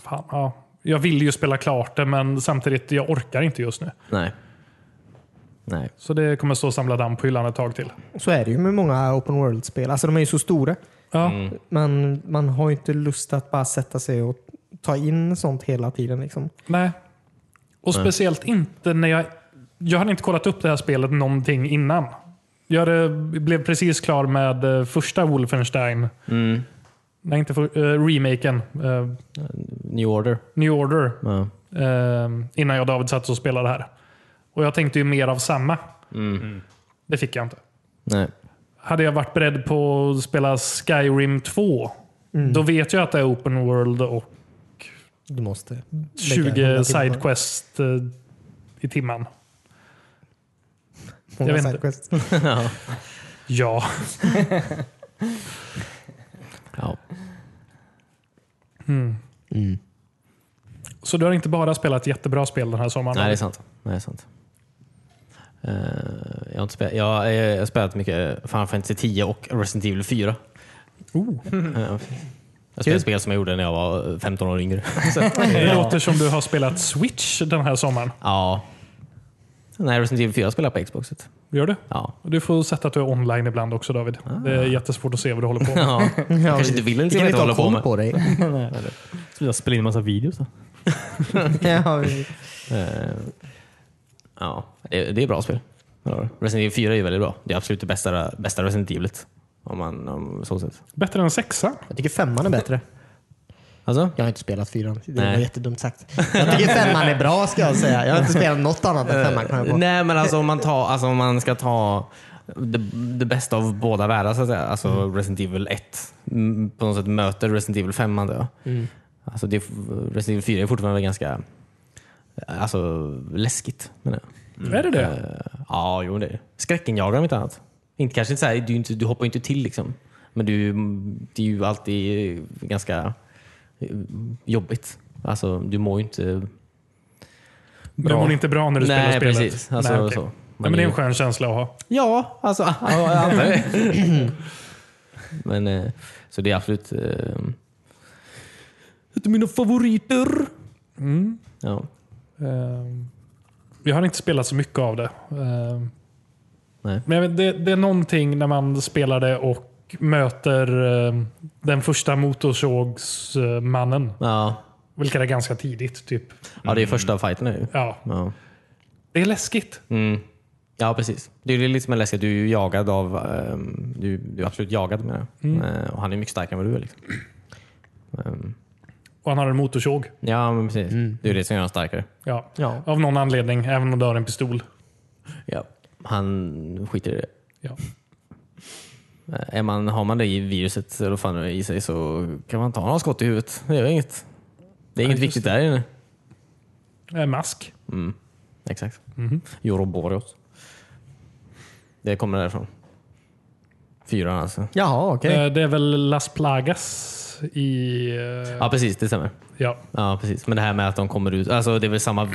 Speaker 1: fan, ja. jag vill ju spela klart det, men samtidigt jag orkar inte just nu.
Speaker 4: Nej. Nej.
Speaker 1: Så det kommer stå och samla damm på hyllan ett tag till.
Speaker 3: Så är det ju med många open world-spel. Alltså de är ju så stora.
Speaker 1: Ja.
Speaker 3: Mm. Men man har ju inte lust att bara sätta sig och ta in sånt hela tiden. Liksom.
Speaker 1: Nej. Och speciellt inte när jag... Jag hade inte kollat upp det här spelet någonting innan. Jag hade, blev precis klar med eh, första Wolfenstein. Nej, inte för, eh, remaken. eh,
Speaker 4: New Order.
Speaker 1: New Order.
Speaker 4: Ja.
Speaker 1: eh, innan jag och David satt och spelade här. Och jag tänkte ju mer av samma.
Speaker 4: Mm.
Speaker 1: Det fick jag inte.
Speaker 4: Nej.
Speaker 1: Hade jag varit beredd på att spela Skyrim 2, då vet jag att det är open world och
Speaker 3: Du måste. lägga 100 timmar.
Speaker 1: 20 sidequest eh, i timman.
Speaker 3: Många
Speaker 1: jag vet
Speaker 3: sidequests.
Speaker 1: Ja.
Speaker 4: Ja.
Speaker 1: Så du har inte bara spelat jättebra spel den här sommaren?
Speaker 4: Nej, det är sant. Nej, det är sant. Eh, jag har inte spelat, jag, har- jag har spelat mycket Final Fantasy 10 och Resident Evil 4. Eh, jag spelade spel som jag gjorde när jag var 15 år yngre. Så,
Speaker 1: Det låter som du har spelat Switch den här sommaren.
Speaker 4: ja. Nej, Resident Evil 4 spelar jag på Xboxet.
Speaker 1: Gör du?
Speaker 4: Ja.
Speaker 1: Du får sätta att du är online ibland också David. Det är jättesvårt att se vad du håller på med.
Speaker 4: Ah. (laughs) ja. Jag kanske inte vill ens
Speaker 3: Vi kan
Speaker 4: veta
Speaker 3: inte
Speaker 4: vad jag
Speaker 3: ha
Speaker 4: håller på
Speaker 3: koll
Speaker 4: med.
Speaker 3: på dig.
Speaker 2: Så jag spelar in en massa videos. Då.
Speaker 3: (laughs) ja, vi-
Speaker 4: Eh, ja, det, det är bra spel. Ja. Resident Evil 4 är ju väldigt bra. Det är absolut det bästa, bästa Resident Evilet. Om man om så sett.
Speaker 1: Bättre än sexan?
Speaker 3: jag tycker femman är bättre.
Speaker 4: Alltså?
Speaker 3: Jag har inte spelat fyran. Det var
Speaker 4: Nej.
Speaker 3: jättedumt sagt. Jag tycker femman är bra ska jag säga. Jag har inte spelat något annat än femman. Kan jag på.
Speaker 4: Nej, men alltså om man, tar, alltså, om man ska ta det, det bästa av båda världar, så att säga. Alltså
Speaker 1: Mm.
Speaker 4: Resident Evil 1 mm, på något sätt möter Resident Evil 5. Då.
Speaker 1: Mm.
Speaker 4: Alltså, det, Resident Evil 4 är fortfarande ganska alltså, läskigt. Menar jag.
Speaker 1: Är det det?
Speaker 4: Eh, Ja, jo det är det. Skräckenjagare om inte annat. Inte, kanske inte så här, du, är inte, du hoppar ju inte till liksom. Men du, det är ju alltid eh, ganska eh, jobbigt. Alltså, du mår ju inte...
Speaker 1: Du mår inte bra när du
Speaker 4: Nej,
Speaker 1: spelar spelet?
Speaker 4: precis. Alltså,
Speaker 1: Nej, okej.
Speaker 4: så.
Speaker 1: Nej,
Speaker 4: Man
Speaker 1: men det är
Speaker 4: är-
Speaker 1: en skön känsla att ha.
Speaker 4: Ja, alltså (laughs) ja, jag antar det. Men, eh, så det är absolut eh, ett av mina favoriter. Ja.
Speaker 1: Ehm, Jag har inte spelat så mycket av det. Ehm,
Speaker 4: Nej.
Speaker 1: Men jag vet, det, det är någonting när man spelar det och möter ehm, den första motorsågsmannen.
Speaker 4: Ja.
Speaker 1: Vilket är ganska tidigt. typ.
Speaker 4: ja, det är första fighten nu.
Speaker 1: Ja,
Speaker 4: Ja.
Speaker 1: Det är läskigt.
Speaker 4: Mm. Ja, precis. Det är ju lite som en läskigt. Du är ju jagad av... ehm, du, du är absolut jagad med det. Eh, och han är mycket starkare än vad du är. Liksom. Ehm,
Speaker 1: Och han har en motorsåg.
Speaker 4: ja, men precis. Det är ju det som gör honom starkare.
Speaker 1: Ja.
Speaker 3: Ja.
Speaker 1: Av någon anledning, även om du har en pistol.
Speaker 4: Ja. Han skiter i det.
Speaker 1: Ja.
Speaker 4: Eh, Är man, har man det i viruset eller vad fan det är i sig så kan man ta några skott i huvudet. Det är inget. Det är inget viktigt där inne.
Speaker 1: Eh, Mask.
Speaker 4: Exakt. Euroboros. Det kommer därifrån. Fyran alltså.
Speaker 3: Jaha, okej.
Speaker 1: Eh, Det är väl Las Plagas i... eh,
Speaker 4: Ja precis, det stämmer.
Speaker 1: Ja.
Speaker 4: Ja, precis. Men det här med att de kommer ut. Alltså det är väl samma...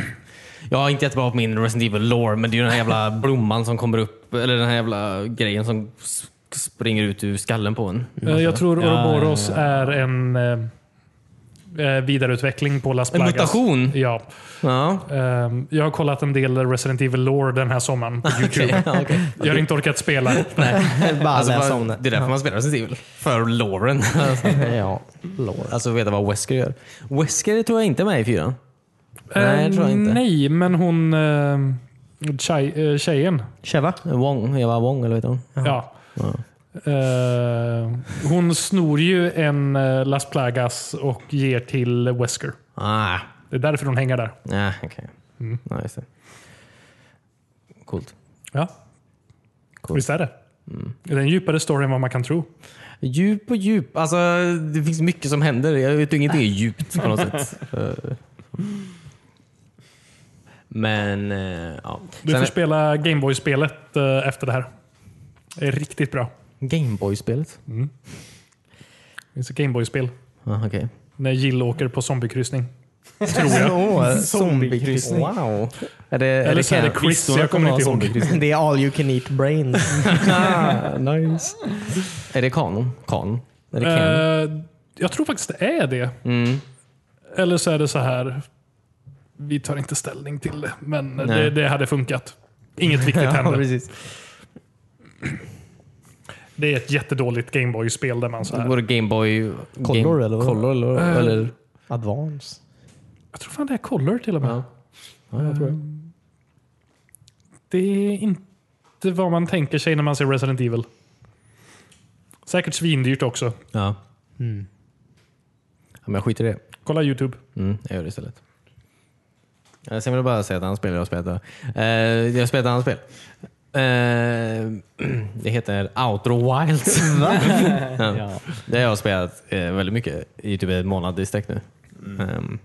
Speaker 4: Jag är inte jättebra på min Resident Evil lore, men det är ju den här jävla blomman som kommer upp. Eller den här jävla grejen som s- springer ut ur skallen på en.
Speaker 1: Eh, Jag tror
Speaker 4: Ja,
Speaker 1: Ouroboros är en eh, eh, vidareutveckling på Las
Speaker 4: En
Speaker 1: Plagas.
Speaker 4: mutation?
Speaker 1: Ja.
Speaker 4: Ja.
Speaker 1: Eh, Jag har kollat en del Resident Evil Lore den här sommaren på YouTube.
Speaker 4: ja, (laughs) okej.
Speaker 1: Jag har inte orkat spela.
Speaker 3: bara
Speaker 4: Alltså,
Speaker 3: läsa
Speaker 4: bara,
Speaker 3: om det.
Speaker 4: det är därför man spelar Resident Evil. För loren.
Speaker 3: Ja, lore.
Speaker 4: alltså veta vad Wesker gör. Wesker tror jag inte är med i fyran. Nej, det tror jag
Speaker 1: Eh,
Speaker 4: inte.
Speaker 1: Nej, men hon... eh, Tjej, eh, tjejen.
Speaker 3: Cheva?
Speaker 4: Wong, Eva Wong eller vad heter hon?
Speaker 1: Ja. Eh, hon snor ju en eh, Las Plagas och ger till Wesker.
Speaker 4: Ah,
Speaker 1: Det är därför hon hänger där.
Speaker 4: nej okej. Ja, just det. Coolt.
Speaker 1: Ja.
Speaker 4: Cool.
Speaker 1: Visst är det?
Speaker 4: Mm.
Speaker 1: Det är en djupare story än vad man kan tro.
Speaker 4: Djup och djup. Alltså, det finns mycket som händer. Jag vet, ingenting är djupt på något sätt. Eh, Men, eh, ja.
Speaker 1: Du får spela Gameboy-spelet eh, efter det här. Det är riktigt bra.
Speaker 4: Gameboy-spelet?
Speaker 1: Det finns ett Gameboy-spel.
Speaker 4: Ah, okay.
Speaker 1: När Jill åker på zombiekryssning.
Speaker 3: Åh, Zombiekryssning.
Speaker 4: Wow. Alltså, Är det, är
Speaker 1: Eller
Speaker 4: det
Speaker 1: så är det
Speaker 4: Cat-
Speaker 1: quiz, jag kommer inte ihåg.
Speaker 3: Det är all you can eat brains.
Speaker 1: (laughs)
Speaker 4: Ah, nice. Är det kanon? Kanon? Är det canon?
Speaker 1: Eh, jag tror faktiskt det är det.
Speaker 4: Mm.
Speaker 1: Eller så är det så här. Vi tar inte ställning till det, men det,
Speaker 4: Nej.
Speaker 1: det hade funkat. Inget
Speaker 4: (laughs)
Speaker 1: viktigt
Speaker 3: (laughs) ja,
Speaker 1: hände.
Speaker 3: precis.
Speaker 1: Det är ett jättedåligt Gameboy-spel där man så
Speaker 4: Det
Speaker 1: här.
Speaker 4: vore Gameboy...
Speaker 3: Color
Speaker 4: Game-
Speaker 3: eller vad?
Speaker 4: Color eller?
Speaker 1: Eh,
Speaker 4: eller
Speaker 3: Advance.
Speaker 1: Jag tror fan det är Color till och med.
Speaker 4: ja. ja, jag tror det.
Speaker 1: Det är inte vad man tänker sig när man ser Resident Evil. Säkert svindyrt också.
Speaker 4: Ja.
Speaker 3: Mm.
Speaker 4: ja. Men jag skiter i det.
Speaker 1: Kolla YouTube.
Speaker 4: Mm, jag gör det istället. Eh, Sen vill jag bara säga att han spelar jag har spelat det. Eh, Jag har spelat ett annat spel. Eh, (clears throat) Det heter Outro Wilds.
Speaker 2: (laughs)
Speaker 4: ja. Det har jag spelat eh, väldigt mycket i typ en månad i sträck nu.
Speaker 2: Mm.
Speaker 4: Ehm,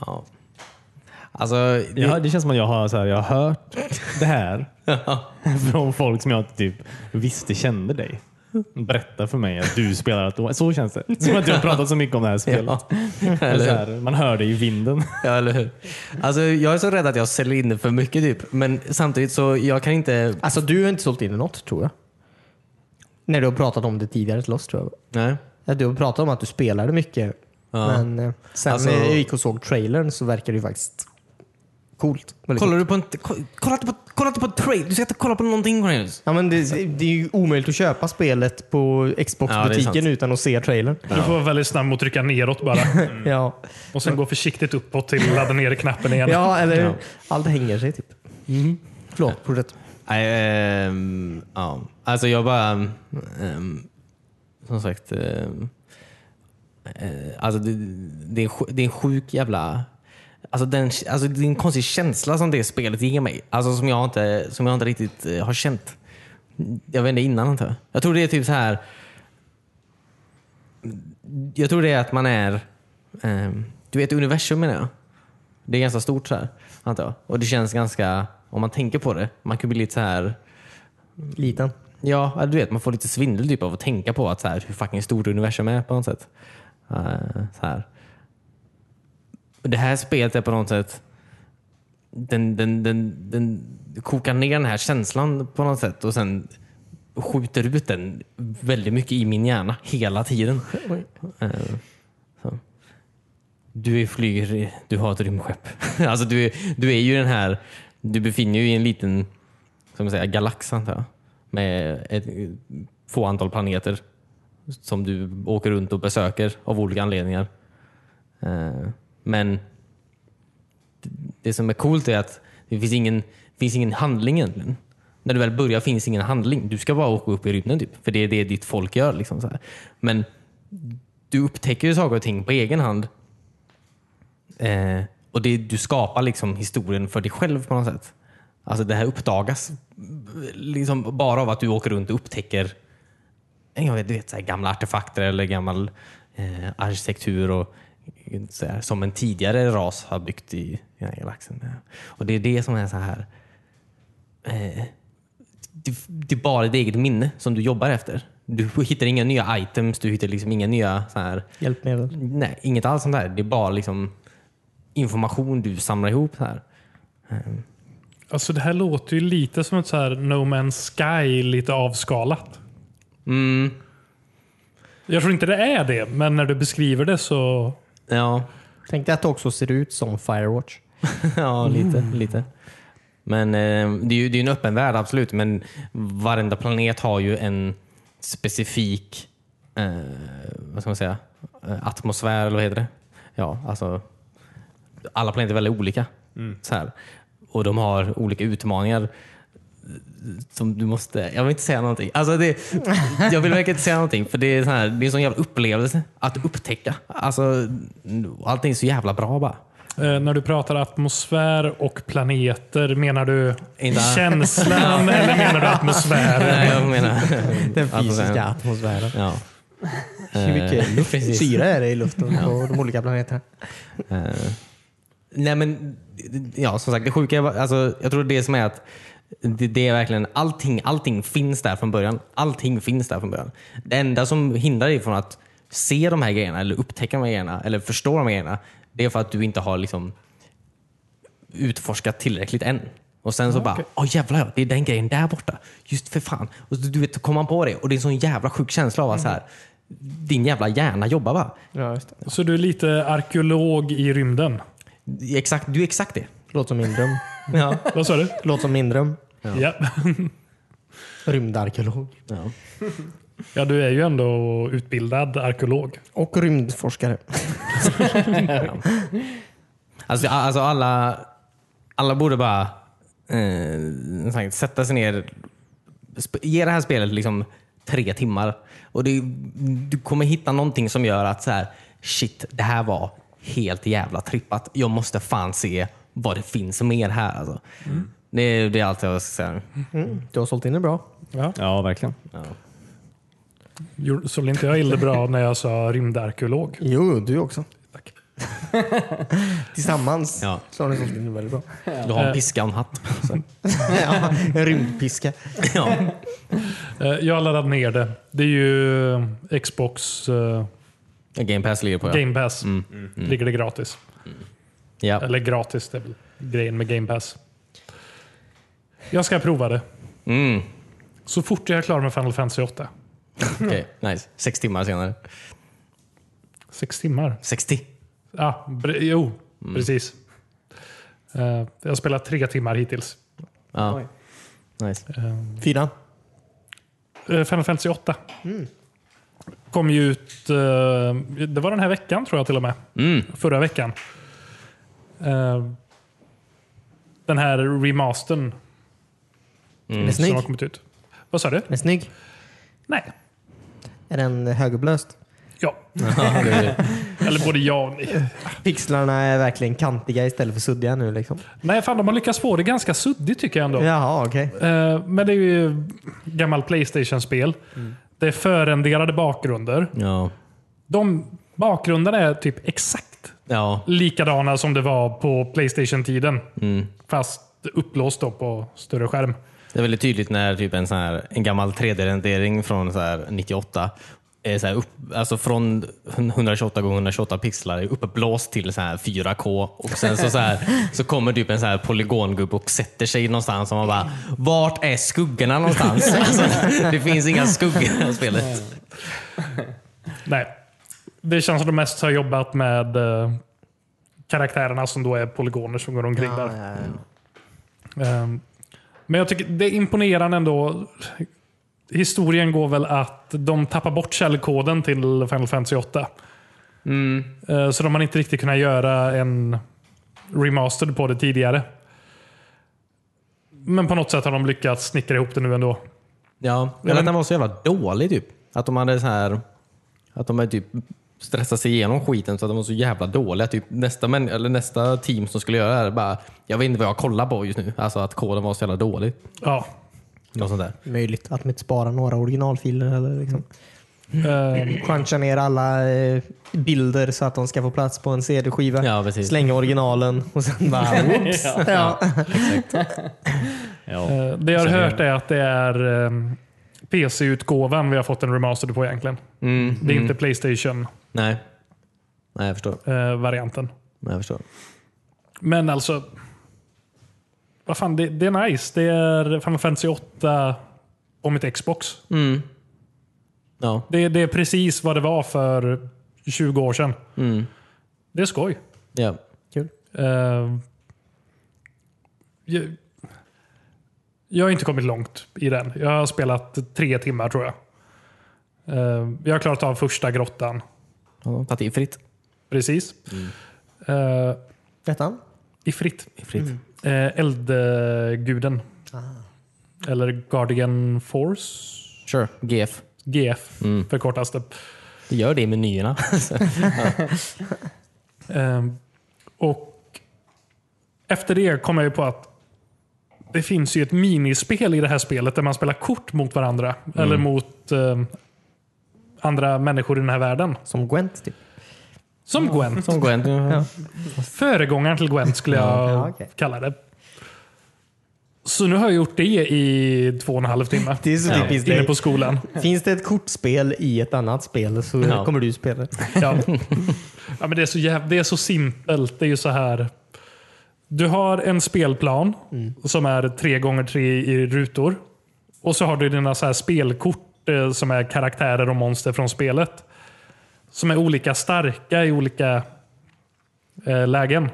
Speaker 4: ja. Alltså, det, (laughs)
Speaker 2: Jag, hör- det känns som att jag har, så här, jag har hört det här (laughs) från folk som jag typ visste kände dig. Berätta för mig att du spelar att Så känns det. Som att du har pratat så mycket om det här spelet.
Speaker 4: Ja.
Speaker 2: Eller så här, man hör det i vinden.
Speaker 4: Ja, eller hur? Alltså, jag är så rädd att jag säljer in det för mycket typ. Men samtidigt så jag kan inte...
Speaker 3: Alltså du har inte sålt in något tror jag. När du har pratat om det tidigare till oss tror jag.
Speaker 4: Nej.
Speaker 3: Ja, Du har pratat om att du spelade mycket.
Speaker 4: Ja.
Speaker 3: Men eh, sen
Speaker 4: Alltså-
Speaker 3: när jag gick och såg trailern så verkar det ju faktiskt coolt. Väldigt
Speaker 4: Kollar
Speaker 3: coolt.
Speaker 4: du på en... ko- Kolla inte på, kolla inte på en trailer. Du ska inte kolla på någonting Cornelius.
Speaker 3: Ja, men det, det är ju omöjligt att köpa spelet på
Speaker 4: Ja, det är
Speaker 3: Xbox-butiken
Speaker 4: sant.
Speaker 3: utan att se trailern.
Speaker 1: Du får vara väldigt snabb mot att trycka neråt bara.
Speaker 4: Mm.
Speaker 3: Ja.
Speaker 1: Och sen gå försiktigt uppåt till ladda ner knappen igen.
Speaker 3: ja, eller
Speaker 4: Ja. Mm.
Speaker 3: allt hänger sig typ. Förlåt, fortsätt.
Speaker 4: Nej, ehm, ja. Alltså jag bara... ehm, som sagt. ehm, eh, alltså det, det, är en, sj- det är en sjuk jävla... Alltså, den, alltså det är en konstig känsla som det spelet ger mig. Alltså som jag inte, som jag inte riktigt eh, har känt. Jag vet inte innan antar jag. Jag tror det är typ så här... Jag tror det är att man är... ehm, du vet universum menar jag. Det är ganska stort så här, antar jag. Och det känns ganska, om man tänker på det, man kan bli lite så här
Speaker 3: Liten.
Speaker 4: Ja, ja, du vet, man får lite svindel typ av att tänka på att så här, hur fucking stort universum är på något sätt. Eh, så här. Det här spelet är på något sätt, den, den, den, den kokar ner den här känslan på något sätt och sen skjuter ut den väldigt mycket i min hjärna hela tiden. Eh, så. Du är flyger, i- du har ett rymdskepp. (laughs) alltså du, är- du är ju den här, du befinner ju i en liten som säga, galax antar jag. Med ett få antal planeter som du åker runt och besöker av olika anledningar. Eh, Men det som är coolt är att det finns ingen, finns ingen handling egentligen. När du väl börjar finns ingen handling. Du ska bara åka upp i rymden typ. För det är det ditt folk gör. Liksom, så här. Men du upptäcker ju saker och ting på egen hand. Eh, och det, du skapar liksom historien för dig själv på något sätt. Alltså det här uppdagas liksom bara av att du åker runt och upptäcker eh, jag vet, du vet, så här, gamla artefakter eller gammal eh, arkitektur och, eh, så här, som en tidigare ras har byggt i, i den här galaxen. Ja. Och det är det som är så här. Eh, det, det är bara ditt eget minne som du jobbar efter. Du hittar inga nya items, du hittar liksom inga nya så här,
Speaker 3: Hjälpmedel.
Speaker 4: Nej, inget alls sånt där. Det är bara liksom information du samlar ihop. Så här.
Speaker 1: Alltså det här låter ju lite som ett så här No Man's Sky, lite avskalat.
Speaker 4: Mm,
Speaker 1: Jag tror inte det är det, men när du beskriver det så...
Speaker 4: ja.
Speaker 3: Tänk dig att det också ser ut som Firewatch.
Speaker 4: (laughs) ja, lite. lite. Men eh, det är ju det är ju en öppen värld, absolut. Men varenda planet har ju en specifik eh, vad ska man säga? Eh, atmosfär, eller vad heter det? Ja, alltså, alla planeter är väldigt olika. Så här. Och de har olika utmaningar. Som du måste, jag vill inte säga någonting. Alltså det, jag vill verkligen inte säga någonting. För det är, så här, det är en sån jävla upplevelse att upptäcka. Alltså, allting är så jävla bra bara.
Speaker 1: Eh, när du pratar atmosfär och planeter, menar du
Speaker 4: Inte- (laughs)
Speaker 1: känslan eller menar du atmosfären?
Speaker 4: Nej, (laughs) jag menar...
Speaker 3: Den
Speaker 4: Alltså,
Speaker 3: fysiska atmosfären.
Speaker 4: (laughs) Ja.
Speaker 3: Hur mycket luft,
Speaker 4: Eh, precis.
Speaker 3: Eh, syra är det i luften på de olika planeterna?
Speaker 4: Eh, nej men, ja som sagt det sjuka, var- alltså, jag tror det som är att det, det är verkligen allting, allting finns där från början. Allting finns där från början. Det enda som hindrar dig från att se de här grejerna eller upptäcka de här grejerna eller förstå de här grejerna, det är för att du inte har liksom utforskat tillräckligt än. Och sen så bara, åh jävlar ja, det är den grejen där borta. Just för fan. Och så, du vet, så kommer man på det och det är en sån jävla sjuk känsla av att så här, din jävla hjärna jobbar bara.
Speaker 3: Ja, just det.
Speaker 1: Så du är lite arkeolog i rymden?
Speaker 4: Exakt, du är exakt det.
Speaker 3: Låter som min dröm.
Speaker 4: Ja.
Speaker 1: Vad sa du?
Speaker 3: Låter som min dröm.
Speaker 1: Ja.
Speaker 3: Rymdarkeolog.
Speaker 1: ja, du är ju ändå utbildad arkeolog.
Speaker 3: Och rymdforskare.
Speaker 4: Alltså, alltså alla, alla borde bara eh, som sagt, sätta sig ner. Sp- ge det här spelet liksom tre timmar. Och det, du kommer hitta någonting som gör att så här, shit, det här var helt jävla trippat. Jag måste fan se vad det finns mer här. Alltså. Det, är- det är allt jag ska säga.
Speaker 3: Du har sålt in det bra.
Speaker 2: Ja, verkligen.
Speaker 1: Gjorde- Sålde inte jag illa bra när jag sa rymdarkeolog?
Speaker 3: Jo, du också. Tack. (laughs) Tillsammans
Speaker 4: Ja.
Speaker 3: så har ni sålt in det väldigt bra.
Speaker 4: Du har en piska och en hatt. (laughs) Så.
Speaker 3: (laughs) ja, en rymdpiska.
Speaker 4: Ja.
Speaker 1: Eh, Jag har laddat ner det. Det är ju eh, Xbox eh,
Speaker 4: Game Pass ligger på ja.
Speaker 1: Game Pass. Ligger det gratis.
Speaker 4: ja.
Speaker 1: Eller gratis, det är väl grejen med Game Pass. Jag ska prova det.
Speaker 4: Mm.
Speaker 1: Så fort jag är klar med Final Fantasy 8.
Speaker 4: Okej, nice. Sex timmar senare.
Speaker 1: Sex timmar.
Speaker 4: 60.
Speaker 1: Ah, bre- jo, precis. Eh, jag har spelat tre timmar hittills.
Speaker 4: Ja. Nice.
Speaker 3: Fyra.
Speaker 1: Eh, Final Fantasy 8. Kom ju ut, eh, det var den här veckan tror jag till och med.
Speaker 4: Mm.
Speaker 1: Förra veckan. Eh, den här remastern
Speaker 4: Mm.
Speaker 3: Är den snygg?
Speaker 1: som har kommit ut. Vad sa du?
Speaker 3: Är den snygg?
Speaker 1: Nej.
Speaker 3: Är den högupplöst?
Speaker 1: Ja.
Speaker 4: Ja, det är-
Speaker 1: (laughs) Eller både ja och nej.
Speaker 3: Pixlarna är verkligen kantiga istället för suddiga nu liksom.
Speaker 1: Nej, fan de har lyckats få det ganska suddigt tycker jag ändå.
Speaker 3: Jaha, okej.
Speaker 1: Eh, men det är ju gammalt Playstation-spel.
Speaker 4: Mm.
Speaker 1: Det är förrenderade bakgrunder.
Speaker 4: Ja.
Speaker 1: De bakgrunderna är typ exakt
Speaker 4: Ja.
Speaker 1: likadana som det var på Playstation-tiden. Fast uppblåst då på större skärm.
Speaker 4: Det är väldigt tydligt när typ en, sån här, en gammal 3D-rendering från så här 98 är så här upp, alltså från 128 gånger 128 pixlar är uppblåst till så här 4K och sen så, så, här, så kommer typ en så här polygongubbe och sätter sig någonstans och man bara Vart är skuggorna någonstans? (laughs) Alltså, det finns inga skuggor i det här spelet.
Speaker 1: Nej. Det känns som de mest har jobbat med eh, karaktärerna som då är polygoner som går omkring där. Ehm, Men jag tycker det är imponerande ändå. Historien går väl att de tappar bort källkoden till Final Fantasy 8. Eh, Så de har inte riktigt kunnat göra en remaster på det tidigare. Men på något sätt har de lyckats snickra ihop det nu ändå.
Speaker 4: Ja, eller att den var så jävla dålig typ. Att de hade så här, att de hade typ stressat sig igenom skiten så att de var så jävla dåliga. Typ nästa, män, eller nästa team som skulle göra det här bara, jag vet inte vad jag kollar på just nu. Alltså att koden var så jävla dålig.
Speaker 1: Ja.
Speaker 4: Något sånt där.
Speaker 3: Möjligt att de inte sparar några originalfiler eller liksom.
Speaker 1: Eh,
Speaker 3: Cruncha ner alla eh, bilder så att de ska få plats på en CD-skiva.
Speaker 4: Ja, precis.
Speaker 3: Slänga originalen och sen bara whoops. ja.
Speaker 2: Ja.
Speaker 1: Eh, Det jag har hört är att det är ehm, PC-utgåvan vi har fått en remaster på egentligen.
Speaker 4: Mm,
Speaker 1: Det är inte eh, Playstation-varianten.
Speaker 4: Nej. Nej, jag förstår. Nej, jag förstår.
Speaker 1: Men alltså, vad fan, det, det är nice. Det är Final Fantasy 8 på mitt Xbox.
Speaker 4: Mm. Ja.
Speaker 1: Det, det är precis vad det var för 20 år sedan.
Speaker 4: Mm.
Speaker 1: Det är skoj.
Speaker 4: ja.
Speaker 1: Eh, jag, jag har inte kommit långt i den. Jag har spelat tre timmar tror jag. Eh, jag har klarat av första grottan.
Speaker 4: Ja, Tagit i fritt.
Speaker 1: Precis. Eh,
Speaker 3: Detta?
Speaker 1: I fritt.
Speaker 4: I fritt.
Speaker 3: Mm.
Speaker 1: Eh, eldguden.
Speaker 3: Ah.
Speaker 1: Eller Guardian Force.
Speaker 4: Sure. GF.
Speaker 1: GF
Speaker 4: Mm.
Speaker 1: förkortas det.
Speaker 4: (laughs) Gör det i menyerna.
Speaker 1: Eh, Ehm, och efter det kom jag ju på att det finns ju ett minispel i det här spelet där man spelar kort mot varandra.
Speaker 4: Mm.
Speaker 1: Eller mot eh, andra människor i den här världen.
Speaker 3: Som Gwent typ.
Speaker 1: Som
Speaker 3: Ah.
Speaker 1: Gwent.
Speaker 4: Som Gwent. Ja.
Speaker 1: Föregångaren till Gwent skulle jag
Speaker 3: Ja, okej.
Speaker 1: kalla det. Så nu har jag gjort det i två och en halv timme.
Speaker 3: Det är så typiskt
Speaker 1: Inne
Speaker 3: dig.
Speaker 1: på skolan.
Speaker 3: Finns det ett kortspel i ett annat spel så
Speaker 4: Ja.
Speaker 3: kommer du spela det.
Speaker 1: Ja. (laughs) Ja, men det, är så jäv... det är så simpelt. Det är ju så här. Du har en spelplan som är tre gånger tre i rutor. Och så har du dina så här spelkort eh, som är karaktärer och monster från spelet. Som är olika starka i olika eh, lägen.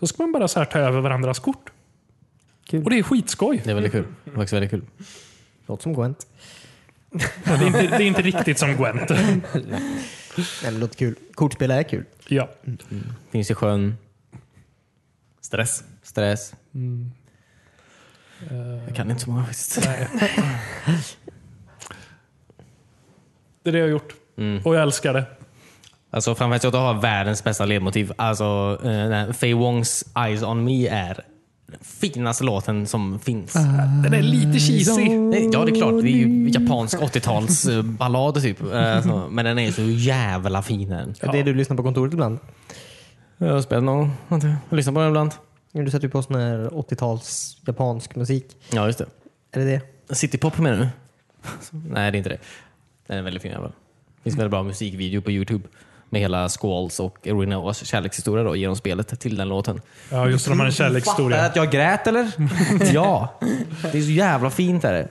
Speaker 1: Så ska man bara så här ta över varandras kort.
Speaker 3: Kul.
Speaker 1: Och det är skitskoj.
Speaker 4: Det är väldigt kul. Det är faktiskt väldigt kul.
Speaker 3: Låter som Gwent.
Speaker 1: Det är inte, det är inte riktigt som Gwent.
Speaker 3: Nej, men det låter kul. Kortspel är kul.
Speaker 1: Ja.
Speaker 4: Finns i sjön.
Speaker 2: Stress.
Speaker 4: Stress. Jag kan inte så många faktiskt.
Speaker 1: Det är det jag har gjort.
Speaker 4: Mm.
Speaker 1: Och jag älskar det.
Speaker 4: Alltså framförallt att ha världens bästa ledmotiv. Alltså eh, när Faye Wongs Eyes on me är den finaste låten som finns.
Speaker 1: Den är lite cheesy.
Speaker 4: Nej, Ja, det är klart. Det är ju japansk 80-tals eh, ballad typ. Eh, så. Men den är så jävla fin den.
Speaker 3: Ja. Det är du lyssnar på kontoret ibland.
Speaker 4: Jag har spelat någon antar jag. Jag lyssnar på den ibland.
Speaker 3: Du sätter ju på sån här 80-tals japansk musik.
Speaker 4: Ja, just det.
Speaker 3: Är det det?
Speaker 4: Citypop menar du? (laughs) Nej, det är inte det. Den är väldigt fin i alla fall. Det finns en väldigt bra musikvideo på Youtube med hela Squalls och Renoas kärlekshistoria då, genom spelet till den låten.
Speaker 1: Ja, just det. De har en
Speaker 4: Fattar
Speaker 1: kärlekshistoria.
Speaker 4: att jag grät eller? (laughs) ja. Det är så jävla fint är det.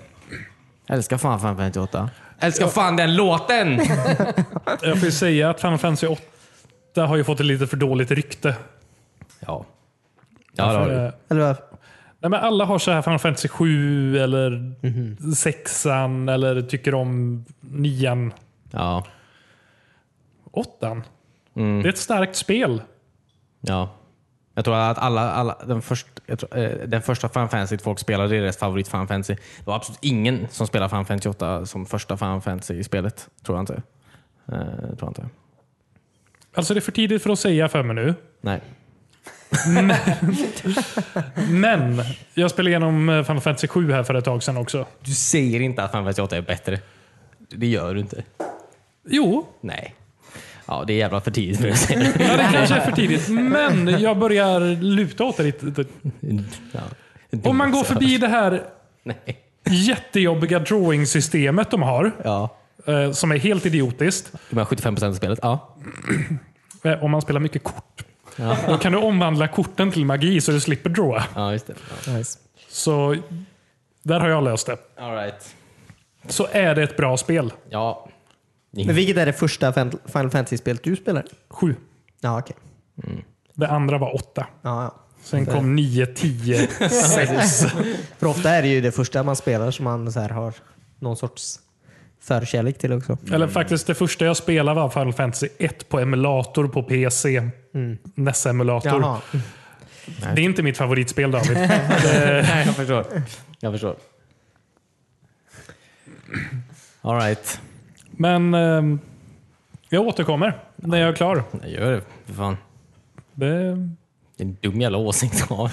Speaker 4: Jag älskar fan Fan 58. Jag älskar fan den låten!
Speaker 1: Jag får ju säga att Final Fantasy 8 har ju fått ett lite för dåligt rykte.
Speaker 4: ja. Ja, det har du.
Speaker 1: Eh,
Speaker 3: Eller vad?
Speaker 1: Nej, men alla har så här Final Fantasy 7 eller sexan eller tycker om nian.
Speaker 4: Ja.
Speaker 1: Åttan?
Speaker 4: Mm.
Speaker 1: Det är ett starkt spel.
Speaker 4: Ja. Jag tror att alla, alla den, först, jag tror, eh, den första Final Fantasy folk spelade, det är deras favorit Final Fantasy. Det var absolut ingen som spelade Final Fantasy 8 som första Final Fantasy i spelet. Tror jag inte. Eh, tror jag inte.
Speaker 1: Alltså det är för tidigt för att säga för mig nu.
Speaker 4: Nej.
Speaker 1: Men jag spelade igenom eh, Final Fantasy 7 här för ett tag sedan också.
Speaker 4: Du säger inte att Final Fantasy 8 är bättre. Det gör du inte.
Speaker 1: Jo,
Speaker 4: Nej. Ja, det är jävla för tidigt för att (laughs) säga det.
Speaker 1: ja, det kanske är för tidigt. Men jag börjar luta åt det lite.
Speaker 4: Ja.
Speaker 1: Om man går förbi det här
Speaker 4: (laughs) Nej.
Speaker 1: jättejobbiga drawing-systemet de har,
Speaker 4: Ja.
Speaker 1: eh, som är helt idiotiskt.
Speaker 4: De här 75% av spelet? Ja.
Speaker 1: Eh, Om man spelar mycket kort. Då kan du omvandla korten till magi så du slipper drawa.
Speaker 4: Ja, just det.
Speaker 3: Nice.
Speaker 1: Så där har jag löst det.
Speaker 4: All right.
Speaker 1: Så är det ett bra spel.
Speaker 4: Ja.
Speaker 3: Men vilket är det första Fan- Final Fantasy-spelet du spelar?
Speaker 1: Sju.
Speaker 3: Ja, okej.
Speaker 1: Det andra var åtta.
Speaker 3: Ja, ja.
Speaker 1: Sen kom nio, tio, sex.
Speaker 3: För ofta är det ju det första man spelar som man så här har någon sorts förkärlek till också.
Speaker 1: Eller faktiskt det första jag spelade var Final Fantasy 1 på emulator på PC. NES-emulator.
Speaker 3: Jaha.
Speaker 1: E Det är inte mitt favoritspel David.
Speaker 4: Nej, jag förstår. Jag förstår. All right.
Speaker 1: Men ehm, jag återkommer när jag är klar.
Speaker 4: Nej, gör det för fan.
Speaker 1: Det,
Speaker 4: Det är en dum jävla åsikt att ha.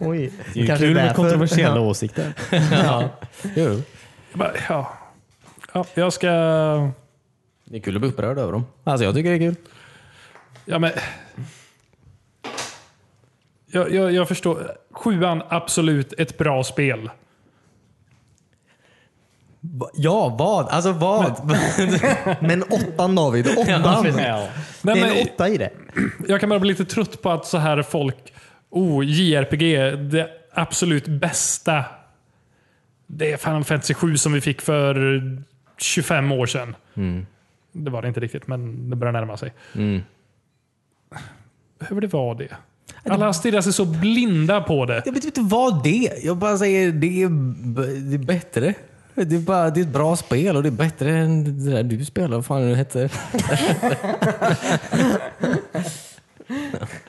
Speaker 3: Oj.
Speaker 2: Det är ju
Speaker 3: Kanske
Speaker 2: kul med
Speaker 3: därför.
Speaker 2: kontroversiella
Speaker 3: Ja.
Speaker 2: åsikter.
Speaker 4: ja. gör du.
Speaker 1: jag bara, ja. ja, jag ska...
Speaker 4: Det är kul att bli upprörd över dem. Alltså jag tycker det är kul.
Speaker 1: Ja, men... Jag, jag, jag förstår. Sjuan, absolut ett bra spel.
Speaker 3: Ja, vad? Alltså vad? (laughs) Men åttan David, åttan.
Speaker 1: Nej,
Speaker 3: det är
Speaker 1: men,
Speaker 3: en åtta i det.
Speaker 1: jag kan bara bli lite trött på att så här folk... Oh, JRPG, det absolut bästa. Det är Final Fantasy 7 som vi fick för 25 år sedan. Det var det inte riktigt, men det börjar närma sig. Behöver det vara det? Alla stirrar sig så blinda på det.
Speaker 4: Jag vet inte vad det är. Jag bara säger det är, b- det är bättre. Det är, bara, det är ett bra spel och det är bättre än det där du spelar. Vad fan är det nu hette?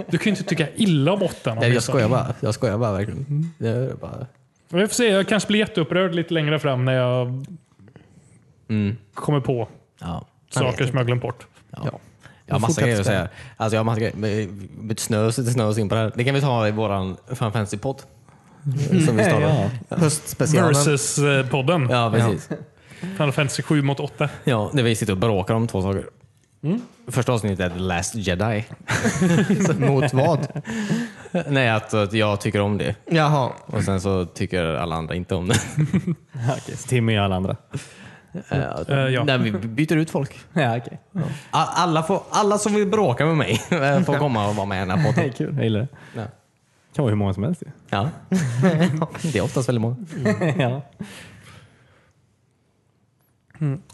Speaker 1: Du kan ju inte tycka illa om åttan. om
Speaker 4: Nej,
Speaker 1: det är
Speaker 4: jag
Speaker 1: så.
Speaker 4: skojar bara. Jag skojar bara verkligen. Det är bara...
Speaker 1: Men Vi får se, jag kanske blir jätteupprörd lite längre fram när jag kommer på
Speaker 4: Ja.
Speaker 1: saker som jag glömt bort.
Speaker 4: Ja. Jag har massa
Speaker 3: Fortsätt
Speaker 4: grejer att
Speaker 3: spela.
Speaker 4: säga. Alltså jag har massa grejer. Men- men Snö sitter snö oss in på det här. Det kan vi ta i våran Fan Fantasy-podd. Som vi startar.
Speaker 3: Höstspecialen.
Speaker 1: Versus-podden.
Speaker 4: Ja, precis.
Speaker 1: eh, Final Fantasy 7 mot Eh, 8.
Speaker 4: Ja, när vi sitter och bråkar om två saker. Första avsnittet är The Last Jedi.
Speaker 3: Mot vad?
Speaker 4: Nej, att, att jag tycker om det
Speaker 3: Jaha.
Speaker 4: och sen så tycker alla andra inte om det.
Speaker 2: Okej, så Timmy och alla (laughs) andra.
Speaker 1: Eh,
Speaker 4: (laughs)
Speaker 1: ja.
Speaker 4: När vi byter ut folk.
Speaker 2: Ja, okej.
Speaker 4: A- Alla, får, alla som vill bråka med mig (laughs) får komma och vara med i den här podden.
Speaker 2: Det är kul. Jag gillar det.
Speaker 4: Ja.
Speaker 2: kan vara hur många som helst. ju.
Speaker 4: (laughs) Ja. Det är oftast väldigt många.
Speaker 2: ja.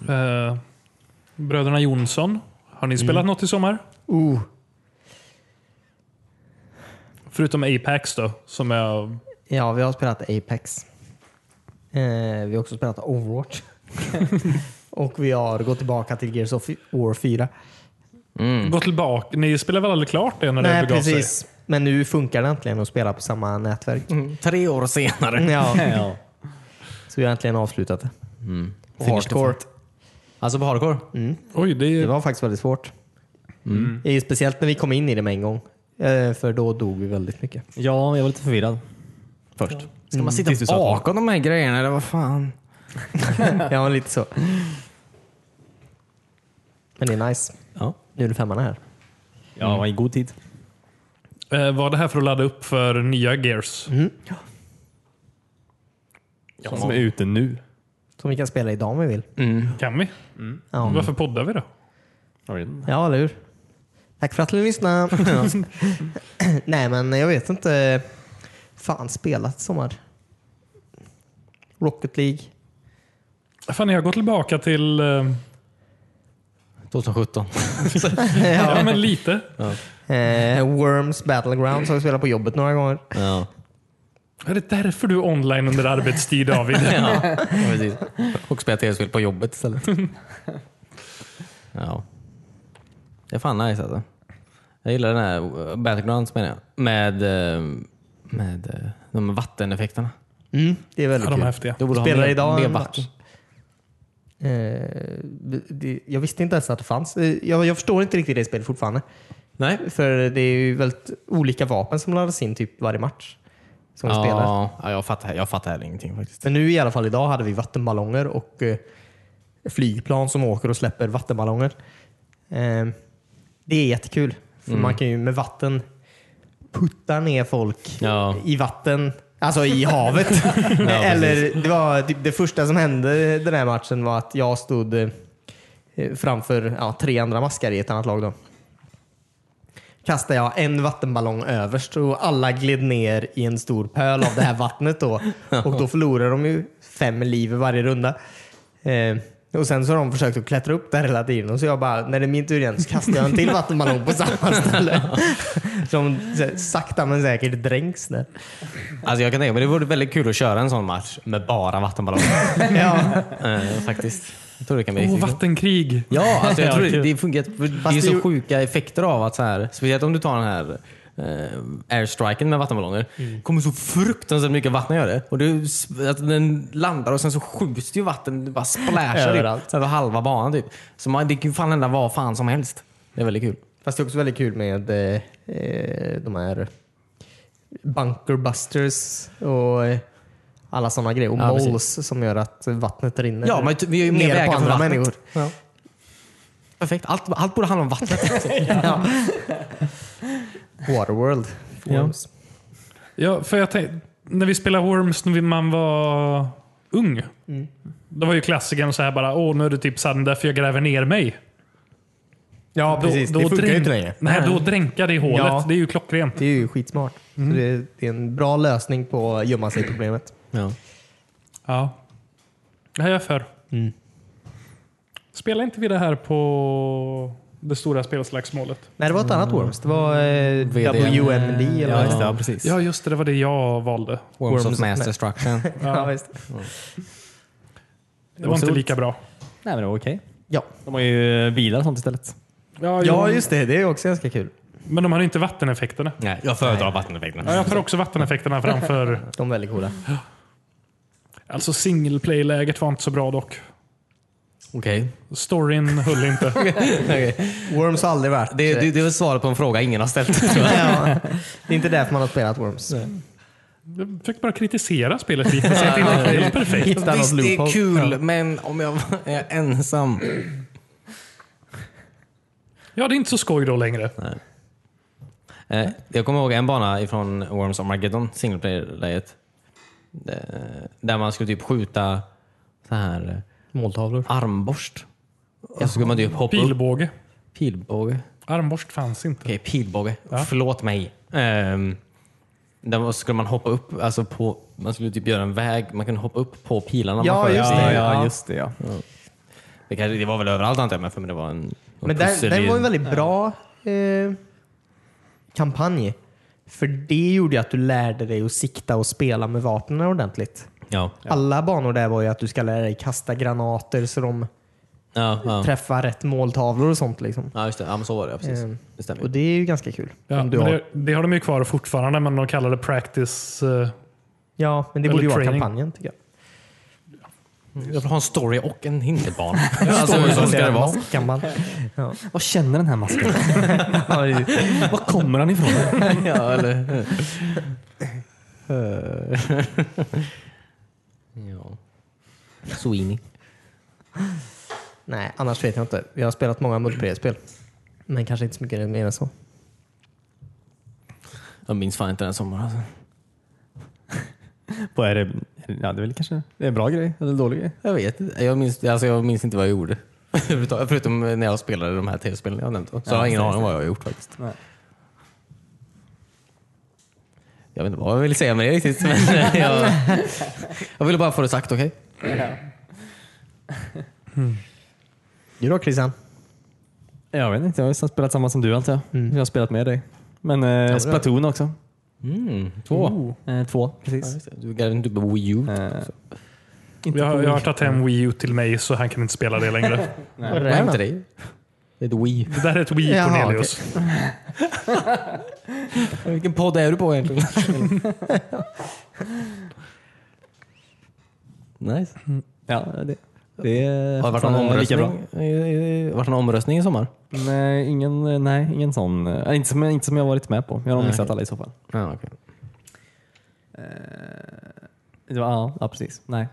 Speaker 1: Eh, Bröderna Jonsson. Har ni spelat något i sommar?
Speaker 3: Oh.
Speaker 1: Förutom Apex då, som jag...
Speaker 3: Ja, vi har spelat Apex. Eh, vi har också spelat Overwatch. (laughs) och vi har gått tillbaka till Gears of War 4.
Speaker 1: Gå tillbaka. Ni spelar väl aldrig klart det när det
Speaker 3: Nej,
Speaker 1: begav sig?
Speaker 3: precis. Men nu funkar det äntligen att spela på samma nätverk.
Speaker 4: Tre år senare.
Speaker 3: (laughs)
Speaker 2: (laughs)
Speaker 3: Ja,
Speaker 2: ja.
Speaker 3: så vi har äntligen avslutat det. På
Speaker 4: Finish
Speaker 3: hardcore.
Speaker 4: Alltså på hardcore?
Speaker 1: Oj, det
Speaker 3: Det
Speaker 1: är...
Speaker 3: var faktiskt väldigt svårt. Eh, Speciellt när vi kom in i det med en gång. Eh, för då dog vi väldigt mycket. Mm.
Speaker 2: ja, jag var lite förvirrad först.
Speaker 4: Ska man
Speaker 2: Tills du
Speaker 4: sitta
Speaker 2: sa att-
Speaker 4: bakom de här grejerna eller vad fan?
Speaker 3: ja, lite så. Men det är nice.
Speaker 4: Ja.
Speaker 3: Nu är det femman här.
Speaker 2: Ja, det var i god tid.
Speaker 1: Eh, var det här för att ladda upp för nya Gears?
Speaker 2: Som är ute nu.
Speaker 3: Som vi kan spela idag om vi vill.
Speaker 1: Kan vi?
Speaker 3: Ja.
Speaker 1: Varför poddar vi då?
Speaker 2: Jag vet inte.
Speaker 3: Ja, eller hur? Tack för att ni (laughs) lyssnade. (clears throat) Nej, men jag vet inte. Fan, spelat i sommar. Rocket League.
Speaker 1: Fan, jag går tillbaka till... eh,
Speaker 4: 2017.
Speaker 1: ja, men lite.
Speaker 3: Eh, Worms Battlegrounds har vi spelat på jobbet några gånger.
Speaker 4: (laughs) Ja,
Speaker 1: Är det därför du är online under arbetstid, (laughs) David?
Speaker 4: precis. Och spela tv-spel på jobbet (laughs) istället. Ja. Det är fan nice alltså. Jag gillar den här eh, Battlegrounds menar jag. Med, eh, med eh, de här vatteneffekterna.
Speaker 3: Mm, det är väldigt
Speaker 1: Ja, de är
Speaker 3: kul.
Speaker 1: häftiga.
Speaker 4: Du borde
Speaker 3: Spelar
Speaker 4: ha mer,
Speaker 3: idag
Speaker 4: mer
Speaker 3: en
Speaker 4: vatten.
Speaker 3: Eh, det, jag visste inte ens att det fanns. Eh, Jag, jag förstår inte riktigt det spelet fortfarande.
Speaker 4: Nej.
Speaker 3: För det är ju väldigt olika vapen som laddas in typ varje match. Som vi spelar.
Speaker 4: Ja, ja, jag fattar, jag fattar heller ingenting faktiskt.
Speaker 3: Men nu i alla fall idag hade vi vattenballonger och eh, flygplan som åker och släpper vattenballonger. Eh, det är jättekul. För Man kan ju med vatten putta ner folk
Speaker 4: Ja.
Speaker 3: i vatten, alltså i havet. (laughs) Eller det, var, typ det första som hände den här matchen var att jag stod eh, framför ja, tre andra maskar i ett annat lag. Då kastade jag en vattenballong överst och alla gled ner i en stor pöl av det här vattnet då. Och då förlorar de ju fem liv i varje runda. Eh, och sen så har de försökt att klättra upp där hela tiden och så jag bara, när det är min tur igen så kastar jag en till vattenballong på samma ställe.
Speaker 4: (laughs)
Speaker 3: Som så- sakta men säkert dränks där.
Speaker 4: Alltså jag kan tänka mig, det vore väldigt kul att köra en sån match med bara vattenballonger.
Speaker 3: Ja.
Speaker 4: eh, faktiskt. Jag tror det kan bli
Speaker 1: Åh,
Speaker 4: riktigt kul.
Speaker 1: vattenkrig!
Speaker 4: Ja, alltså jag
Speaker 2: Ja,
Speaker 4: tror det,
Speaker 2: kul.
Speaker 4: det funkar. jätte- för Det är
Speaker 3: det
Speaker 4: så
Speaker 3: ju-
Speaker 4: sjuka effekter av att så här, speciellt om du tar den här eh, airstriken med vattenballonger. kommer så fruktansvärt mycket vatten gör det. Och du, att den landar och sen så skjuts det ju vatten. Det bara splashar
Speaker 3: Överallt.
Speaker 4: typ, över halva banan. Typ. Så man, det kan ju fan hända vad fan som helst. Det är väldigt kul.
Speaker 3: Fast det är också väldigt kul med eh, eh, de här bunkerbusters och eh, alla sådana grejer. Och
Speaker 4: Ja, precis.
Speaker 3: moles som gör att vattnet rinner.
Speaker 4: Ja, men ty- vi har ju mer
Speaker 3: ner
Speaker 4: vägar
Speaker 3: på
Speaker 4: för
Speaker 3: andra
Speaker 4: vattnet.
Speaker 3: människor.
Speaker 4: Perfekt. Allt, allt borde handla om vattnet.
Speaker 3: Ja. Waterworld. Forms.
Speaker 1: Ja, för jag tänkte, när vi spelade Worms när vi- man var ung. Det var ju klassikern så här bara, åh nu är det typ sand därför jag gräver ner mig.
Speaker 3: Ja,
Speaker 1: dränk- Nej, då dränka det i hålet.
Speaker 3: Ja.
Speaker 1: Det är ju klockrent.
Speaker 3: Det är ju skitsmart.
Speaker 4: Mm.
Speaker 3: Så det, är, det är en bra lösning på att gömma sig problemet.
Speaker 4: ja.
Speaker 1: Ja. Det här är jag för. Spelar inte vi det här på det stora spelslagsmålet?
Speaker 3: Nej, det var ett annat Worms. Det var eh, WMD eller
Speaker 2: Ja,
Speaker 3: vad
Speaker 2: just
Speaker 3: det
Speaker 2: det.
Speaker 3: var.
Speaker 2: Ja, precis.
Speaker 1: Ja, just det. Det var det jag valde.
Speaker 4: Worms
Speaker 3: Worms
Speaker 4: of
Speaker 3: of
Speaker 4: mass destruction.
Speaker 3: Ja, visst.
Speaker 1: Det var inte lika bra.
Speaker 2: Nej, men det var okej.
Speaker 3: Ja.
Speaker 2: De har ju eh, bilar och sånt istället.
Speaker 1: Ja,
Speaker 3: ja,
Speaker 1: jo.
Speaker 3: just det. Det är också ganska kul.
Speaker 1: Men de hade inte vatteneffekterna.
Speaker 4: Nej, jag föredrar vatteneffekterna.
Speaker 1: Ja, jag tar också vatteneffekterna framför...
Speaker 3: (laughs) De är väldigt coola.
Speaker 1: Alltså single play-läget var inte så bra dock.
Speaker 4: (laughs) Okej.
Speaker 1: Storyn höll inte.
Speaker 3: Worms har aldrig varit...
Speaker 4: Det, det, det var svaret på en fråga ingen har (laughs) ställt. tror jag.
Speaker 3: (laughs) ja, det är inte därför man har spelat Worms.
Speaker 1: Jag försökte bara kritisera spelet lite. Så att det inte är perfekt.
Speaker 3: Hitta något
Speaker 4: Visst, det
Speaker 3: loophole.
Speaker 4: är kul, men om jag (laughs) är ensam.
Speaker 1: Ja, det är inte så skoj då längre.
Speaker 4: Eh, jag kommer ihåg en bana ifrån Worms Armageddon, single player-läget. Eh, där man skulle typ skjuta så här eh,
Speaker 3: Måltavlor.
Speaker 4: armborst. Och så skulle man typ hoppa upp.
Speaker 1: Pilbåge.
Speaker 4: Pilbåge.
Speaker 1: Armborst fanns inte.
Speaker 4: Okej, pilbåge. Förlåt mig. Um, där var- skulle man hoppa upp alltså på, man skulle typ göra en väg, man kunde hoppa upp på pilarna.
Speaker 3: Ja,
Speaker 4: man sköt.
Speaker 3: just det.
Speaker 2: Ja,
Speaker 3: Ja.
Speaker 2: ja, just det. Ja.
Speaker 4: Det, kanske, det var väl överallt antar jag, men för mig det var en, en
Speaker 3: Men den,
Speaker 4: pussel
Speaker 3: den
Speaker 4: i-
Speaker 3: var en väldigt bra eh, kampanj. För det gjorde ju att du lärde dig att sikta och spela med vapnen ordentligt.
Speaker 4: Ja,
Speaker 3: Alla banor där var ju att du ska lära dig kasta granater så de
Speaker 4: ja, ja.
Speaker 3: träffar rätt måltavlor och sånt. Liksom.
Speaker 4: ja just det. Ja, men så var det. Ja, precis.
Speaker 3: Ehm,
Speaker 4: Det stämmer.
Speaker 3: Och det är ju ganska kul.
Speaker 1: Ja,
Speaker 3: om du
Speaker 1: men
Speaker 3: har-
Speaker 1: det, det har de ju kvar fortfarande, men de kallar det practice. eh,
Speaker 3: ja, men det
Speaker 1: Eller
Speaker 3: borde ju vara
Speaker 1: training.
Speaker 3: kampanjen tycker jag.
Speaker 4: Jag vill ha en story och en (laughs) hinderbana. alltså, så ska det vara.
Speaker 3: Kan man. Ja.
Speaker 2: Vad känner den här masken? (laughs) Var kommer han ifrån?
Speaker 4: (laughs) ja, eller... (laughs) ja. Sweeney.
Speaker 3: Nej, annars vet jag inte. Jag har spelat många multiplayer-spel. Men kanske inte så mycket mer än så.
Speaker 4: Jag minns fan inte den sommaren. Alltså.
Speaker 2: Vad är det? Ja, det är väl kanske det är en bra grej eller en dålig grej.
Speaker 4: Jag vet inte. jag minns, alltså jag minns inte vad jag gjorde. (laughs) Överhuvudtaget, Förutom när jag spelade de här tv-spelen jag nämnt. Så jag har ingen aning om vad jag har gjort faktiskt.
Speaker 2: Nej.
Speaker 4: Jag vet inte vad jag ville säga med det riktigt. Men (laughs) jag, jag ville bara få det sagt, okej?
Speaker 3: Du då Christian?
Speaker 2: Jag vet inte, jag har ju spelat samma som du antar jag. Jag har spelat med dig. Men eh, Splatoon också.
Speaker 4: Mm, två.
Speaker 2: Eh, två,
Speaker 4: Ja,
Speaker 2: precis.
Speaker 4: just det. Du gav den typ Wii U.
Speaker 2: Eh, inte
Speaker 1: Jag,
Speaker 2: på-
Speaker 1: har- jag har tagit hem Wii U till mig så han kan inte spela det längre.
Speaker 3: Vad är
Speaker 4: Vad
Speaker 3: det här
Speaker 4: hände
Speaker 3: då?
Speaker 4: dig? Det är ett Wii.
Speaker 1: Det där är ett Wii
Speaker 3: Jaha,
Speaker 1: Cornelius.
Speaker 4: (laughs) Vilken podd är du på egentligen? (laughs) nice.
Speaker 2: Ja, det, det är
Speaker 4: Har det varit någon
Speaker 2: fortfarande lika bra.
Speaker 4: omröstning? Eh, Varit någon omröstning i sommar?
Speaker 2: Nej, ingen, nej, ingen sån. eh, Inte som, inte som jag varit med på. Jag har missat alla i så fall.
Speaker 4: Ja, okej.
Speaker 2: Det var- Ja, ja precis. Nej. Eh,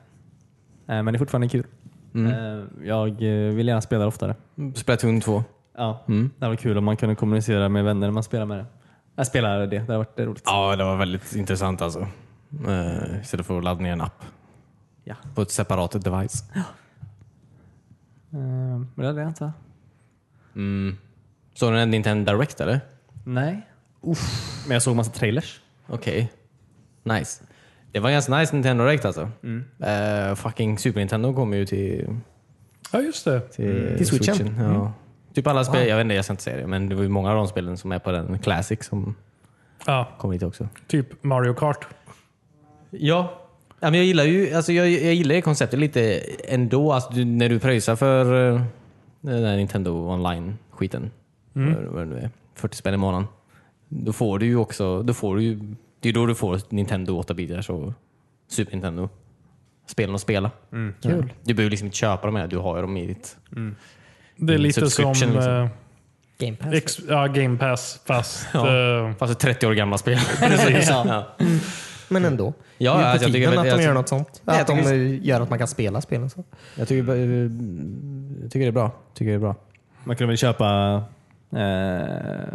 Speaker 2: Men det är fortfarande kul.
Speaker 4: Mm.
Speaker 2: Eh, Jag eh, vill gärna spela det oftare.
Speaker 4: Splatoon 2.
Speaker 2: Ja,
Speaker 4: Mm.
Speaker 2: Det var kul om man kunde kommunicera med vänner när man spelar med det. Jag spelar det, det har varit eh, roligt.
Speaker 4: Ja, det var väldigt intressant alltså. Eh, istället för att ladda ner en app.
Speaker 2: Ja.
Speaker 4: På ett separat device.
Speaker 2: Eh, Men det hade jag inte. va?
Speaker 4: Mm. Så den är Nintendo Direct eller?
Speaker 2: Nej. Uff. Men jag såg massa trailers.
Speaker 4: Okej. Nice. Det var ganska nice Nintendo Direct alltså. Eh, fucking Super Nintendo kom ju till,
Speaker 1: Ja, just det.
Speaker 4: till,
Speaker 3: Till Switchen.
Speaker 4: Ja. Mm. Typ alla spel, jag vet inte, jag ska inte säga det, men det var ju många av de spelen som är på den Classic som
Speaker 1: Ja,
Speaker 4: kom hit också.
Speaker 1: typ Mario Kart.
Speaker 4: Ja. ja men jag gillar ju alltså jag, jag gillar ju konceptet lite ändå. Alltså, du, när du pröjsar för eh, den där Nintendo online-skiten. Vad- Vad det nu är. 40 spänn i månaden. Då får du ju också... Då får du, ju- det är då du får Nintendo 8-bitars och Super Nintendo. Spelen att spela. Kul. Du behöver liksom inte köpa dem här. Du har ju dem i ditt...
Speaker 1: Det är
Speaker 4: Mm,
Speaker 1: lite som
Speaker 4: subscription, liksom.
Speaker 1: eh,
Speaker 3: Game Pass?
Speaker 1: ex, ja, Game Pass fast...
Speaker 4: Ja.
Speaker 1: eh,
Speaker 4: Alltså 30 år gamla spel. (laughs) ja. Ja.
Speaker 3: Men ändå.
Speaker 4: (laughs) Ja,
Speaker 3: det är ju
Speaker 4: alltså,
Speaker 3: på
Speaker 4: jag tycker
Speaker 3: tiden
Speaker 4: väl-
Speaker 3: att de
Speaker 4: jag-
Speaker 3: gör något sånt.
Speaker 4: Nej, jag
Speaker 3: Att de eh, gör att man kan spela spelen. Så.
Speaker 4: Jag, tycker, eh, jag tycker det är bra. Tycker det är bra.
Speaker 2: Man kunde väl köpa eh,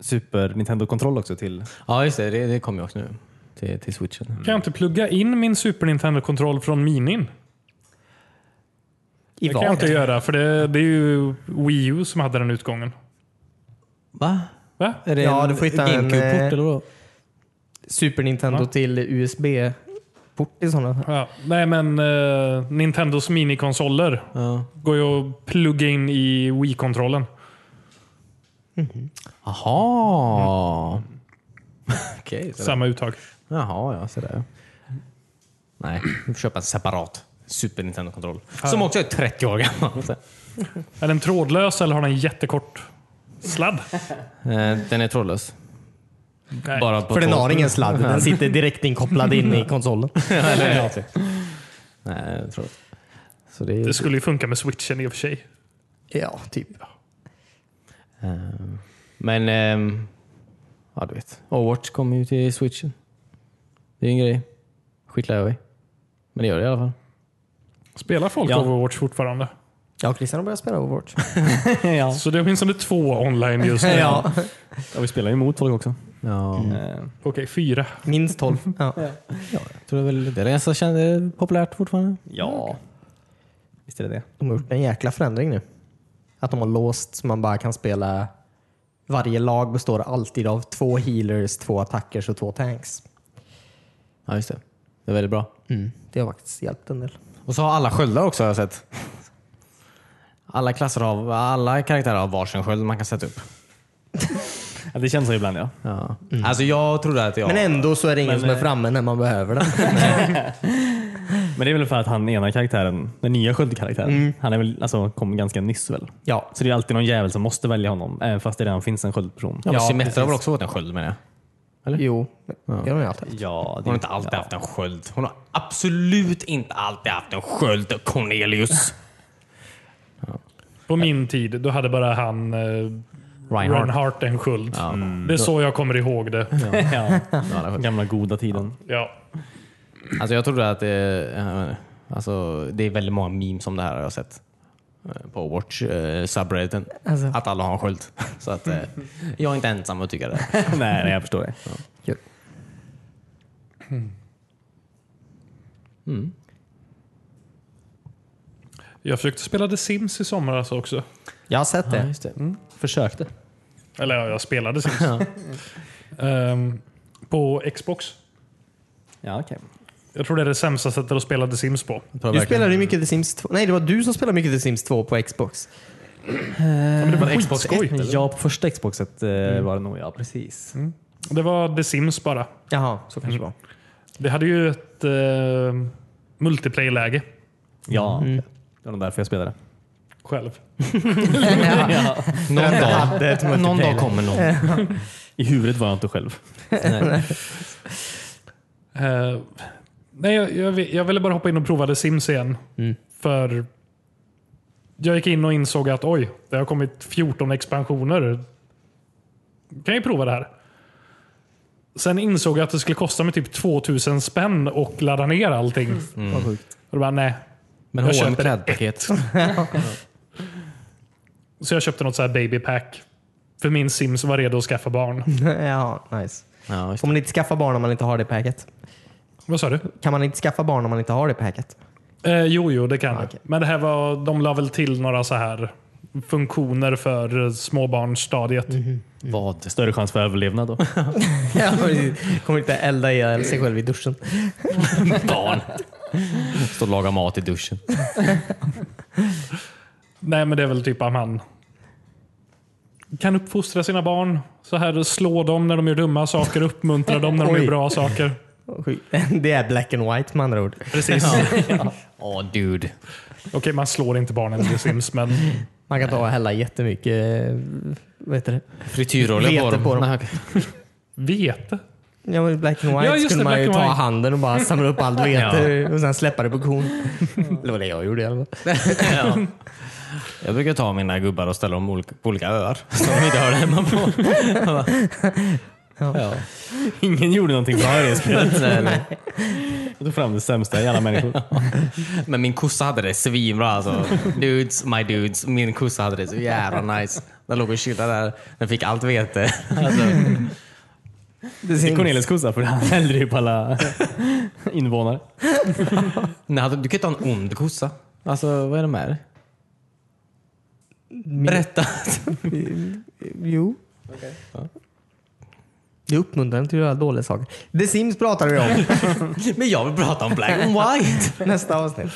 Speaker 2: Super Nintendo-kontroll också
Speaker 4: (laughs)
Speaker 2: till...
Speaker 4: Ja, just det. Det, det kommer ju också nu. Till, till switchen.
Speaker 1: Kan jag inte plugga in min Super Nintendo-kontroll från Minin?
Speaker 3: I
Speaker 1: Det kan jag
Speaker 3: vad?
Speaker 1: inte göra, för det, det är ju Wii U som hade den utgången.
Speaker 4: Va?
Speaker 1: Va?
Speaker 4: Är det
Speaker 3: Ja,
Speaker 4: en
Speaker 3: du får hitta en, eh,
Speaker 4: GameCube-port eller vadå?
Speaker 3: Super Nintendo
Speaker 1: Ja.
Speaker 3: till USB-port i sådana fall.
Speaker 1: Ja. Nej, men eh, Nintendos minikonsoler
Speaker 4: Ja.
Speaker 1: går ju att plugga in i Wii-kontrollen.
Speaker 4: Jaha! (laughs) Okej, sådär.
Speaker 1: Samma uttag.
Speaker 4: Jaha, ja, sådär. Nej, vi får köpa en separat Super Nintendo-kontroll. Som också är 30 år gammal. Så.
Speaker 1: Är den trådlös eller har den jättekort sladd?
Speaker 4: (laughs) Eh, Den är trådlös.
Speaker 1: Nej.
Speaker 4: Bara på
Speaker 3: För den
Speaker 4: tå-
Speaker 3: har ingen sladd. Den
Speaker 4: (laughs)
Speaker 3: sitter direkt inkopplad in i konsolen.
Speaker 4: Nej, trådlös. Så det,
Speaker 1: Det skulle ju funka med switchen i och för sig.
Speaker 3: Ja, typ.
Speaker 4: eh, men, ehm, ja du vet. Overwatch kommer ju till switchen. Det är en grej. Skitlar jag i. Men det gör det i alla fall.
Speaker 1: Spelar folk
Speaker 4: Ja.
Speaker 1: Overwatch fortfarande?
Speaker 3: Ja, Christian har börjat spela Overwatch.
Speaker 2: ja.
Speaker 1: Så det är åtminstone två online just nu.
Speaker 3: ja.
Speaker 2: ja, vi spelar ju emot folk också.
Speaker 4: Ja.
Speaker 2: Eh,
Speaker 1: Okej, fyra.
Speaker 3: Minst 12. Ja.
Speaker 4: Tror du väl det är det som känns populärt fortfarande?
Speaker 2: ja. Visst är det det.
Speaker 3: De har gjort en jäkla förändring nu. Att de har låst så man bara kan spela... Varje lag består alltid av två healers, två attackers och två tanks.
Speaker 4: Ja, just det. Det är väldigt bra.
Speaker 3: Det har faktiskt hjälpt en del.
Speaker 4: Och så har alla sköldar också har jag sett. Alla klasser har, alla karaktärer har varsin sköld man kan sätta upp.
Speaker 2: Ja, det känns så ibland ja.
Speaker 4: Ja. Alltså jag trodde att jag...
Speaker 3: Men ändå så är det ingen
Speaker 2: Men,
Speaker 3: som är
Speaker 2: eh,
Speaker 3: framme när man behöver
Speaker 2: (laughs)
Speaker 3: den.
Speaker 2: Men det är väl för att han ena karaktären, den nya sköldkaraktären, han är väl, alltså, kom ganska nyss väl?
Speaker 3: ja.
Speaker 2: Så det är alltid någon jävel som måste välja honom, även fast det redan finns en sköldperson.
Speaker 4: ja, men
Speaker 3: Ja,
Speaker 4: Symmetra har väl också fått en sköld menar jag?
Speaker 3: Jo, det har de ju alltid.
Speaker 2: Ja, det
Speaker 4: Hon har inte alltid
Speaker 2: ja.
Speaker 4: haft en sköld. Hon har absolut inte alltid haft en sköld, Cornelius.
Speaker 1: På min tid, då hade bara han eh,
Speaker 4: Reinhardt.
Speaker 1: Reinhardt en sköld. Det är så jag kommer ihåg det.
Speaker 2: (laughs) ja. Gamla goda tiden.
Speaker 1: Ja.
Speaker 4: Alltså jag trodde att det, eh, alltså, det är väldigt många memes om det här har jag sett. eh, På Watch eh, subredditen.
Speaker 3: Alltså.
Speaker 4: Att alla har en sköld. (laughs) Så att, eh, jag är inte ensam att tycka det.
Speaker 2: nej, (laughs) nej, jag förstår det.
Speaker 1: Jag försökte spela The Sims i somras alltså också.
Speaker 3: Jag har sett det.
Speaker 4: det.
Speaker 2: Mm.
Speaker 4: Försökte.
Speaker 1: Eller ja, jag spelade Sims. Ehm, på Xbox.
Speaker 2: Ja, okej.
Speaker 1: Jag tror det är det sämsta sättet att spela The Sims på.
Speaker 3: Du spelade ju mycket The Sims 2. Nej, det var du som spelade mycket The Sims 2 på Xbox.
Speaker 1: Men det var Xbox-skoj.
Speaker 2: Ja, på första Xboxet eh, var det nog ja, precis.
Speaker 1: Det var The Sims bara.
Speaker 3: Jaha, så kanske
Speaker 2: Mm.
Speaker 3: det var.
Speaker 1: Det hade ju ett eh, multiplayer-läge
Speaker 2: Ja, okej. det var nog därför jag spelade.
Speaker 1: själv.
Speaker 4: Någon dag, någon dag kommer någon.
Speaker 2: I huvudet var jag inte själv.
Speaker 1: Eh, nej, jag, jag, vi- jag ville bara hoppa in och prova The Sims igen. För jag gick in och insåg att oj, det har kommit 14 expansioner. Kan jag prova det här? Sen insåg jag att det skulle kosta mig typ 2000 spänn och ladda ner allting.
Speaker 2: Mm.
Speaker 3: (laughs)
Speaker 1: Och då bara, nej.
Speaker 4: Men
Speaker 1: Jag
Speaker 4: H&M
Speaker 1: köper
Speaker 4: klädpaket.
Speaker 1: Så jag köpte något så här babypack. För min Sims var redo att skaffa barn.
Speaker 3: ja, nice.
Speaker 4: Ja, just
Speaker 3: Får man inte skaffa barn om man inte har det packet?
Speaker 1: Vad sa du?
Speaker 3: Kan man inte skaffa barn om man inte har det packet?
Speaker 1: Eh, jo, jo, det kan jag.
Speaker 3: okej.
Speaker 1: Men det här var, de la väl till några så här funktioner för eh, småbarnsstadiet.
Speaker 4: det. Vad?
Speaker 2: Större chans för överlevnad då. (laughs)
Speaker 3: (laughs) Ja, precis. Kommer inte elda ihjäl sig själv i duschen.
Speaker 4: Barn. Står och lagar mat i duschen.
Speaker 1: Nej, men det är väl typ att man kan uppfostra sina barn. Så här Slå dem när de gör dumma saker, uppmuntra dem när de
Speaker 3: Oj.
Speaker 1: gör bra saker.
Speaker 3: Sjukt. (laughs) Det är black and white med andra ord.
Speaker 4: (laughs)
Speaker 1: Precis.
Speaker 4: Åh dude.
Speaker 1: Okej, man slår inte barnen i The Sims, men
Speaker 3: Man kan ta och hälla jättemycket eh, vad heter det?
Speaker 4: Frityrolja på
Speaker 3: Vete
Speaker 4: dem.
Speaker 3: på dem.
Speaker 4: Nej, okej.
Speaker 1: vete.
Speaker 3: Ja, men black and white
Speaker 1: Ja, just det,
Speaker 3: skulle man
Speaker 1: black
Speaker 3: ju
Speaker 1: and
Speaker 3: ta
Speaker 1: white.
Speaker 3: handen och bara samla
Speaker 1: (laughs)
Speaker 3: upp allt vete och sen släppa det på kon. Det var det jag gjorde i alla fall.
Speaker 4: ja. Jag brukar ta mina gubbar och ställa dem olika- på olika öar. (laughs) Som de inte hörde hemma på.
Speaker 3: Ja.
Speaker 2: Ingen gjorde någonting bra i det spelet.
Speaker 4: Nej, eh, nej.
Speaker 2: Jag tog fram det sämsta i alla människor.
Speaker 4: Men min kossa hade det svinbra alltså. Dudes, my dudes. Min kossa hade det så jävla nice. Den låg och chillade där. Den fick allt vete. Alltså,
Speaker 3: Det
Speaker 2: Det är
Speaker 3: syns.
Speaker 2: Cornelius kossa för han (laughs) hällde ju på alla invånare.
Speaker 4: nej, alltså, du kan inte ha en ond kossa. Alltså vad är det med dig? Berätta.
Speaker 3: Jo. Det uppmuntrar inte till att göra dåliga saker. The Sims pratar
Speaker 1: (laughs)
Speaker 3: vi om
Speaker 4: Men jag vill prata om black and white.
Speaker 3: nästa avsnitt.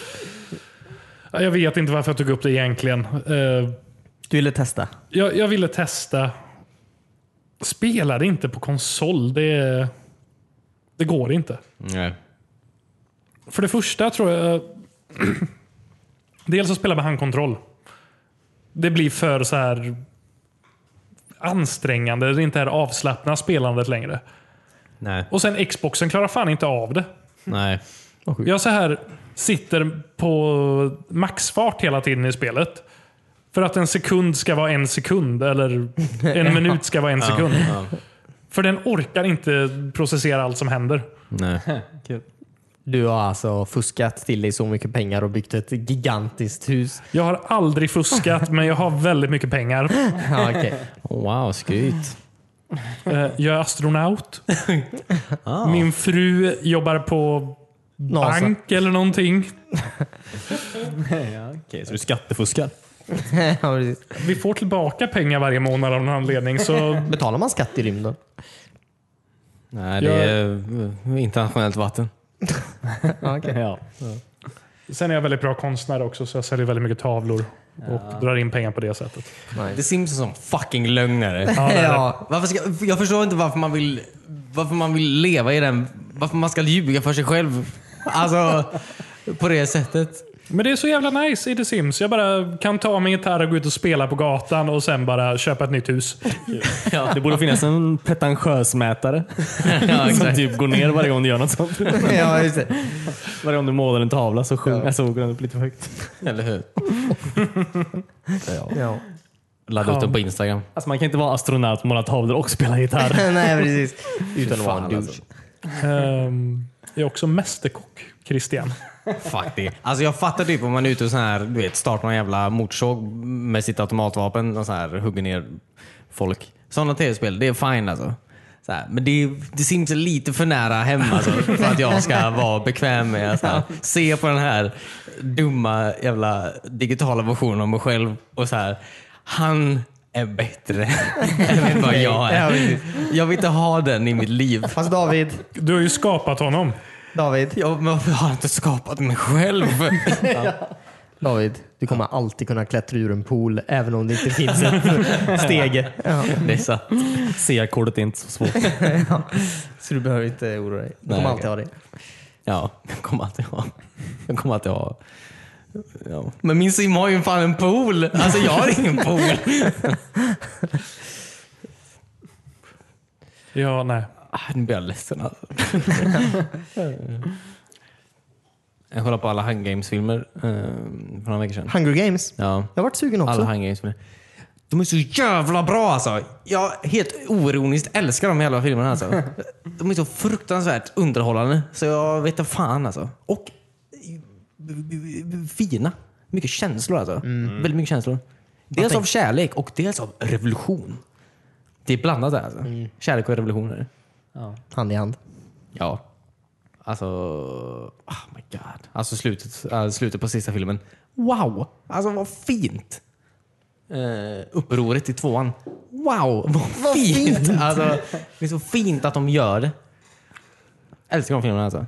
Speaker 1: Ja, Jag vet inte varför jag tog upp det egentligen. Eh,
Speaker 3: Du ville testa?
Speaker 1: Jag, jag ville testa. Spelade inte på konsol. Det, det går inte.
Speaker 4: Nej.
Speaker 1: För det första tror jag... (clears throat) dels att spela med handkontroll. Det blir för så här ansträngande. Det är inte det här avslappna spelandet längre.
Speaker 4: Nej.
Speaker 1: Och sen Xboxen klarar fan inte av det.
Speaker 4: Nej.
Speaker 1: Jag så här sitter på maxfart hela tiden i spelet. För att en sekund ska vara en sekund eller en minut ska vara en sekund. För den orkar inte processera allt som händer.
Speaker 4: Nej.
Speaker 3: Du har alltså fuskat till dig så mycket pengar och byggt ett gigantiskt hus.
Speaker 1: Jag har aldrig fuskat, men jag har väldigt mycket pengar.
Speaker 3: Ja, okej.
Speaker 4: Wow, skryt.
Speaker 1: Eh, Jag är astronaut. Min fru jobbar på
Speaker 3: NASA.
Speaker 1: bank eller någonting.
Speaker 4: Okej, så du skattefuskar?
Speaker 3: (laughs) Ja, precis.
Speaker 1: Vi får tillbaka pengar varje månad av någon anledning. Så
Speaker 3: Betalar man skatt i rymden?
Speaker 4: Nej, det är eh, internationellt vatten.
Speaker 3: Ja, okej.
Speaker 2: Ja.
Speaker 1: Sen är jag väldigt bra konstnär också, så jag säljer väldigt mycket tavlor och drar in pengar på det sättet.
Speaker 4: Det Sims är som fucking lögnare.
Speaker 3: Ja,
Speaker 4: Varför ska, jag förstår inte varför man, vill, varför man vill leva i den, varför man ska ljuga för sig själv. Alltså, på det sättet.
Speaker 1: Men det är så jävla nice i The Sims. Jag bara kan ta min gitarr och gå ut och spela på gatan och sen bara köpa ett nytt hus.
Speaker 2: Det borde finnas en pretentiös (laughs) mätare
Speaker 4: (laughs)
Speaker 2: som typ går ner varje gång du gör något sånt.
Speaker 3: ja, just det.
Speaker 2: Varje gång du målar en tavla så, sjung, så går den upp lite för högt.
Speaker 4: Eller hur? ja.
Speaker 3: Ja.
Speaker 4: Ladda ut den på Instagram.
Speaker 2: Alltså man kan inte vara astronaut, måla tavlor och spela (laughs) gitarr.
Speaker 3: (laughs) Nej, precis. alltså. Utan att vara en douche.
Speaker 1: Ehm, jag är också mästerkock, Christian.
Speaker 4: Fuck det. Alltså jag fattar typ om man är ute och sån här, du vet, startar någon jävla motorsåg med sitt automatvapen och så här hugger ner folk. Sådana tv-spel, det är fine alltså. Så här, men det, det sims är lite för nära hem alltså, för att jag ska vara bekväm med att så här, se på den här dumma jävla digitala versionen av mig själv och så här, han är bättre (laughs) än vad jag
Speaker 3: Ja,
Speaker 4: är.
Speaker 3: precis.
Speaker 4: Jag vill inte ha den i mitt liv.
Speaker 3: Fast David,
Speaker 1: Du har ju skapat honom.
Speaker 3: David,
Speaker 4: Jag, men varför har jag inte skapat mig själv? (laughs)
Speaker 3: David. Du kommer alltid kunna klättra ur en pool även om det inte finns (laughs) ett stege. Ja.
Speaker 4: Det är sant.
Speaker 2: C-ackordet är inte så svårt.
Speaker 3: Så du behöver inte oroa dig. Du
Speaker 4: Nej,
Speaker 3: kommer
Speaker 4: okej.
Speaker 3: alltid ha det.
Speaker 4: Ja, jag kommer alltid ha. Jag kommer alltid ha. Ja. Men min sim har ju fan en pool. Alltså jag har ingen pool.
Speaker 1: Ja, nej.
Speaker 4: (laughs) Ah, nu blir jag ledsen (laughs) alltså. Jag kollade på alla Hunger Games-filmer eh, för några veckor sedan.
Speaker 3: Hunger Games.
Speaker 4: Ja,
Speaker 3: Jag har varit sugen också.
Speaker 4: alla Hunger Games-filmer. De är så jävla bra alltså. Jag helt oironiskt älskar de jävla filmerna alltså. De är så fruktansvärt underhållande. Så jag vet inte fan alltså. Och eh, fina. Mycket känslor alltså. Väldigt mycket känslor. Dels av kärlek och dels av revolution. Det är blandat där alltså. Kärlek och revolution är det.
Speaker 3: Hand i hand.
Speaker 4: Ja. Alltså, oh my god. Alltså slutet, äh, slutet på sista filmen. Wow! Alltså vad fint! Eh, upproret i tvåan. Wow, vad, fint! Alltså, det är så fint att de gör det. Älskar de filmerna alltså.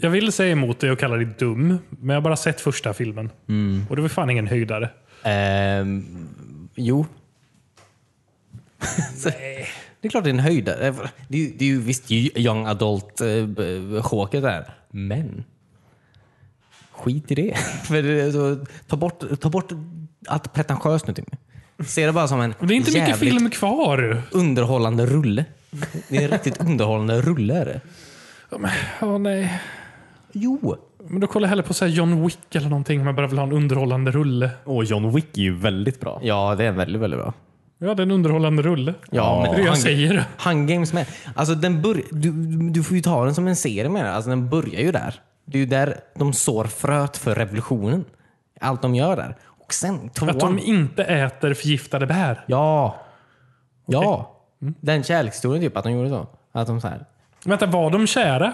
Speaker 1: Jag vill säga emot dig och kalla dig dum, men jag har bara sett första filmen.
Speaker 4: Mm.
Speaker 1: Och det var fan ingen höjdare.
Speaker 4: Ehm, jo. (laughs) Så, det är klart det är en höjdare. Det är ju- det är ju visst det är ju young eh, adult-choket där. Men skit i det. (laughs) För det är så, ta, bort, ta bort allt pretentiöst nu Timmy. Se det bara som en
Speaker 1: Det är inte mycket
Speaker 4: jävligt
Speaker 1: film kvar.
Speaker 4: underhållande rulle. Det är en riktigt underhållande rulle. Är det.
Speaker 1: Ja, nej.
Speaker 4: Jo!
Speaker 1: Men då kollar jag hellre på så här John Wick eller någonting om jag bara vill ha en underhållande rulle.
Speaker 2: Och John Wick är ju väldigt bra.
Speaker 4: Ja, det är väldigt, väldigt bra.
Speaker 1: Ja, det är en underhållande rulle.
Speaker 4: Ja,
Speaker 1: det är det jag säger.
Speaker 4: Handgames med. Alltså den bör, du, du får ju ta den som en serie med det. Alltså den börjar ju där. Det är ju där de sår fröet för revolutionen. Allt de gör där. Och sen tvåan.
Speaker 1: Att de inte äter förgiftade bär.
Speaker 4: Ja. Ja. Mm. Den kärlekshistorien typ, att de gjorde så. Att de så här.
Speaker 1: Vänta, var de kära?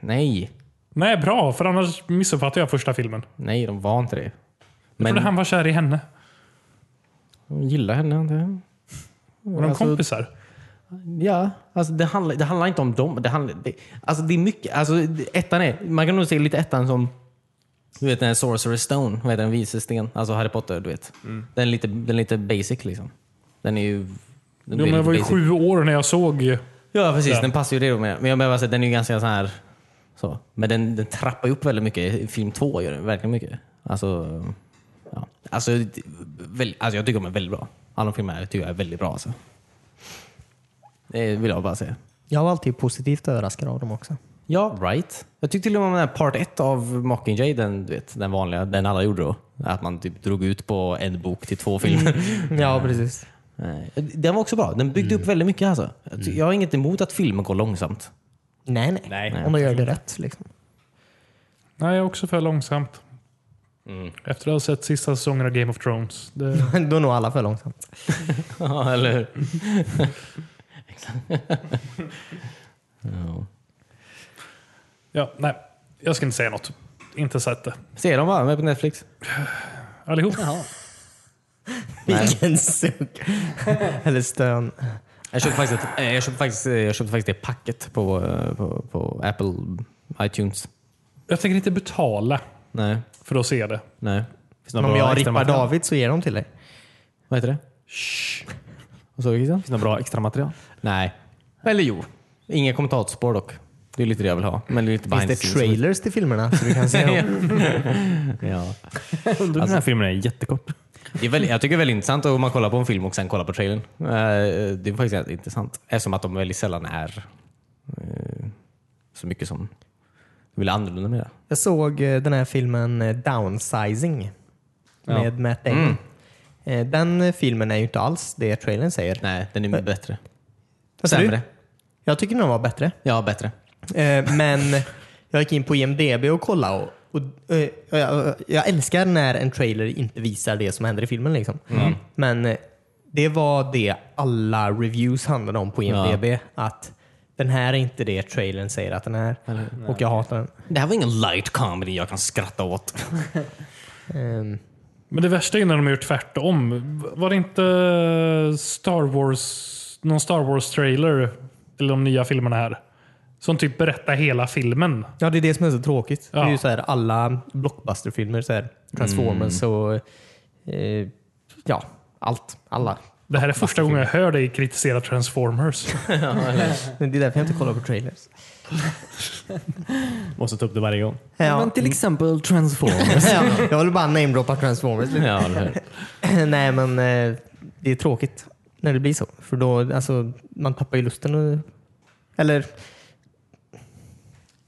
Speaker 4: Nej.
Speaker 1: Nej, bra. För annars missuppfattar jag första filmen.
Speaker 4: Nej, de var inte det.
Speaker 1: Men...
Speaker 4: Men
Speaker 1: han var kär i henne.
Speaker 4: de gillar henne. Inte.
Speaker 1: Var de
Speaker 4: Alltså-
Speaker 1: kompisar?
Speaker 4: Ja, alltså det handlar, det handlar inte om dem. Det handlar, det, alltså det är mycket. Alltså det- ettan är, man kan nog se lite ettan som du vet den här Sorcerer Stone, vad heter den? Visesten, alltså Harry Potter, du vet. Den, är lite, den är lite basic liksom. Den är ju... Den
Speaker 1: Jo, men jag
Speaker 4: är lite
Speaker 1: var ju
Speaker 4: basic.
Speaker 1: sju år när jag såg...
Speaker 4: Ja precis, den passar ju det då med. Men jag menar bara säga, den är ju ganska så här... Så. Men den, den trappar ju upp väldigt mycket. I Film två gör den verkligen mycket. Alltså, ja. alltså, det- väl, alltså jag tycker de är väldigt bra. Alla de filmerna tycker jag är väldigt bra alltså. Det vill jag bara säga.
Speaker 3: Jag var alltid positivt överraskad av dem också.
Speaker 4: Ja, right. Jag tyckte till och med om den här part 1 av Mockingjay, den, du vet, den vanliga, den alla gjorde då. Att man typ drog ut på en bok till två filmer. (laughs)
Speaker 3: Mm. Ja, precis.
Speaker 4: Nej. Den var också bra. Den byggde upp väldigt mycket alltså. Jag ty- Jag har inget emot att filmer går långsamt.
Speaker 3: Nej, nej.
Speaker 2: Nej.
Speaker 3: Om de gör det rätt. Liksom. (laughs)
Speaker 1: Nej, också för långsamt.
Speaker 4: Mm.
Speaker 1: Efter att ha sett sista säsongen av Game of Thrones. Det,
Speaker 3: Då är nog alla för långsamt.
Speaker 4: (laughs) Ja, eller hur? Exakt. ja.
Speaker 1: ja, nej, jag ska inte säga något. Inte sett det.
Speaker 4: Ser de va? Med på Netflix?
Speaker 1: Allihop.
Speaker 3: Vilken suck. (laughs) Eller stön.
Speaker 4: Jag köpte faktiskt, ett, eh, jag köpte faktiskt, eh, jag köpte faktiskt det packet på, eh, på, på Apple iTunes.
Speaker 1: Jag tänker inte betala
Speaker 4: Nej,
Speaker 1: för att se det.
Speaker 4: nej.
Speaker 3: Men om jag rippar David så ger de till dig.
Speaker 4: Vad heter det? Vad sa du Christian?
Speaker 2: Finns det något bra extra material?
Speaker 4: Nej. Eller jo. Inga kommentatorspår dock. Det är lite det jag vill ha. Men det är lite
Speaker 3: Finns
Speaker 4: behind
Speaker 3: det
Speaker 4: the scenes.
Speaker 3: trailers till
Speaker 4: (laughs)
Speaker 3: filmerna så du kan se dem?
Speaker 4: Ja.
Speaker 2: Alltså, den här filmen är jättekort.
Speaker 4: Det är väldigt, jag tycker det är väldigt intressant om man kollar på en film och sen kollar på trailern. Eh, Det är faktiskt jävligt intressant. Eftersom att de väldigt sällan är eh, så mycket som de vill annorlunda med det.
Speaker 3: Jag såg eh, den här filmen eh, Downsizing med Matt Damon.
Speaker 4: Mm.
Speaker 3: Eh, Den eh, filmen är ju inte alls det trailern säger.
Speaker 4: Nej, den är
Speaker 3: Men-
Speaker 4: bättre.
Speaker 3: Vad sa du?
Speaker 4: Sämre.
Speaker 3: Jag tycker den var bättre.
Speaker 4: Ja, bättre.
Speaker 3: Eh,
Speaker 4: (laughs)
Speaker 3: Men jag gick in på IMDB och kollade. Och, och, eh, jag, jag älskar när en trailer inte visar det som händer i filmen. Liksom.
Speaker 4: Mm.
Speaker 3: Men eh, det var det alla reviews handlade om på IMDB. Att den här är inte det trailern säger att den är. Och jag hatar den.
Speaker 4: Det här var ingen light comedy jag kan skratta åt.
Speaker 3: Ehm,
Speaker 1: Men det värsta är när de gör tvärtom. Var det inte eh, Star Wars, någon Star Wars-trailer till de nya filmerna här? Som typ berättar hela filmen.
Speaker 3: Ja, det är det som är så tråkigt. Det är
Speaker 1: Ja.
Speaker 3: ju så här, alla blockbusterfilmer, så här, Transformers och eh, ja, allt. Alla.
Speaker 1: Det här är första gången jag hör dig kritisera Transformers.
Speaker 3: Men det är därför jag inte kollar på trailers.
Speaker 2: Måste ta upp det varje gång.
Speaker 3: Ja.
Speaker 4: Mm.
Speaker 2: till exempel Transformers.
Speaker 3: (laughs) ja, jag vill bara namedroppa Transformers. lite.
Speaker 4: Ja, eller
Speaker 3: (clears throat)
Speaker 4: hur?
Speaker 3: Nej, men eh, det är tråkigt när det blir så. För då, alltså, man tappar ju lusten. Och, eller,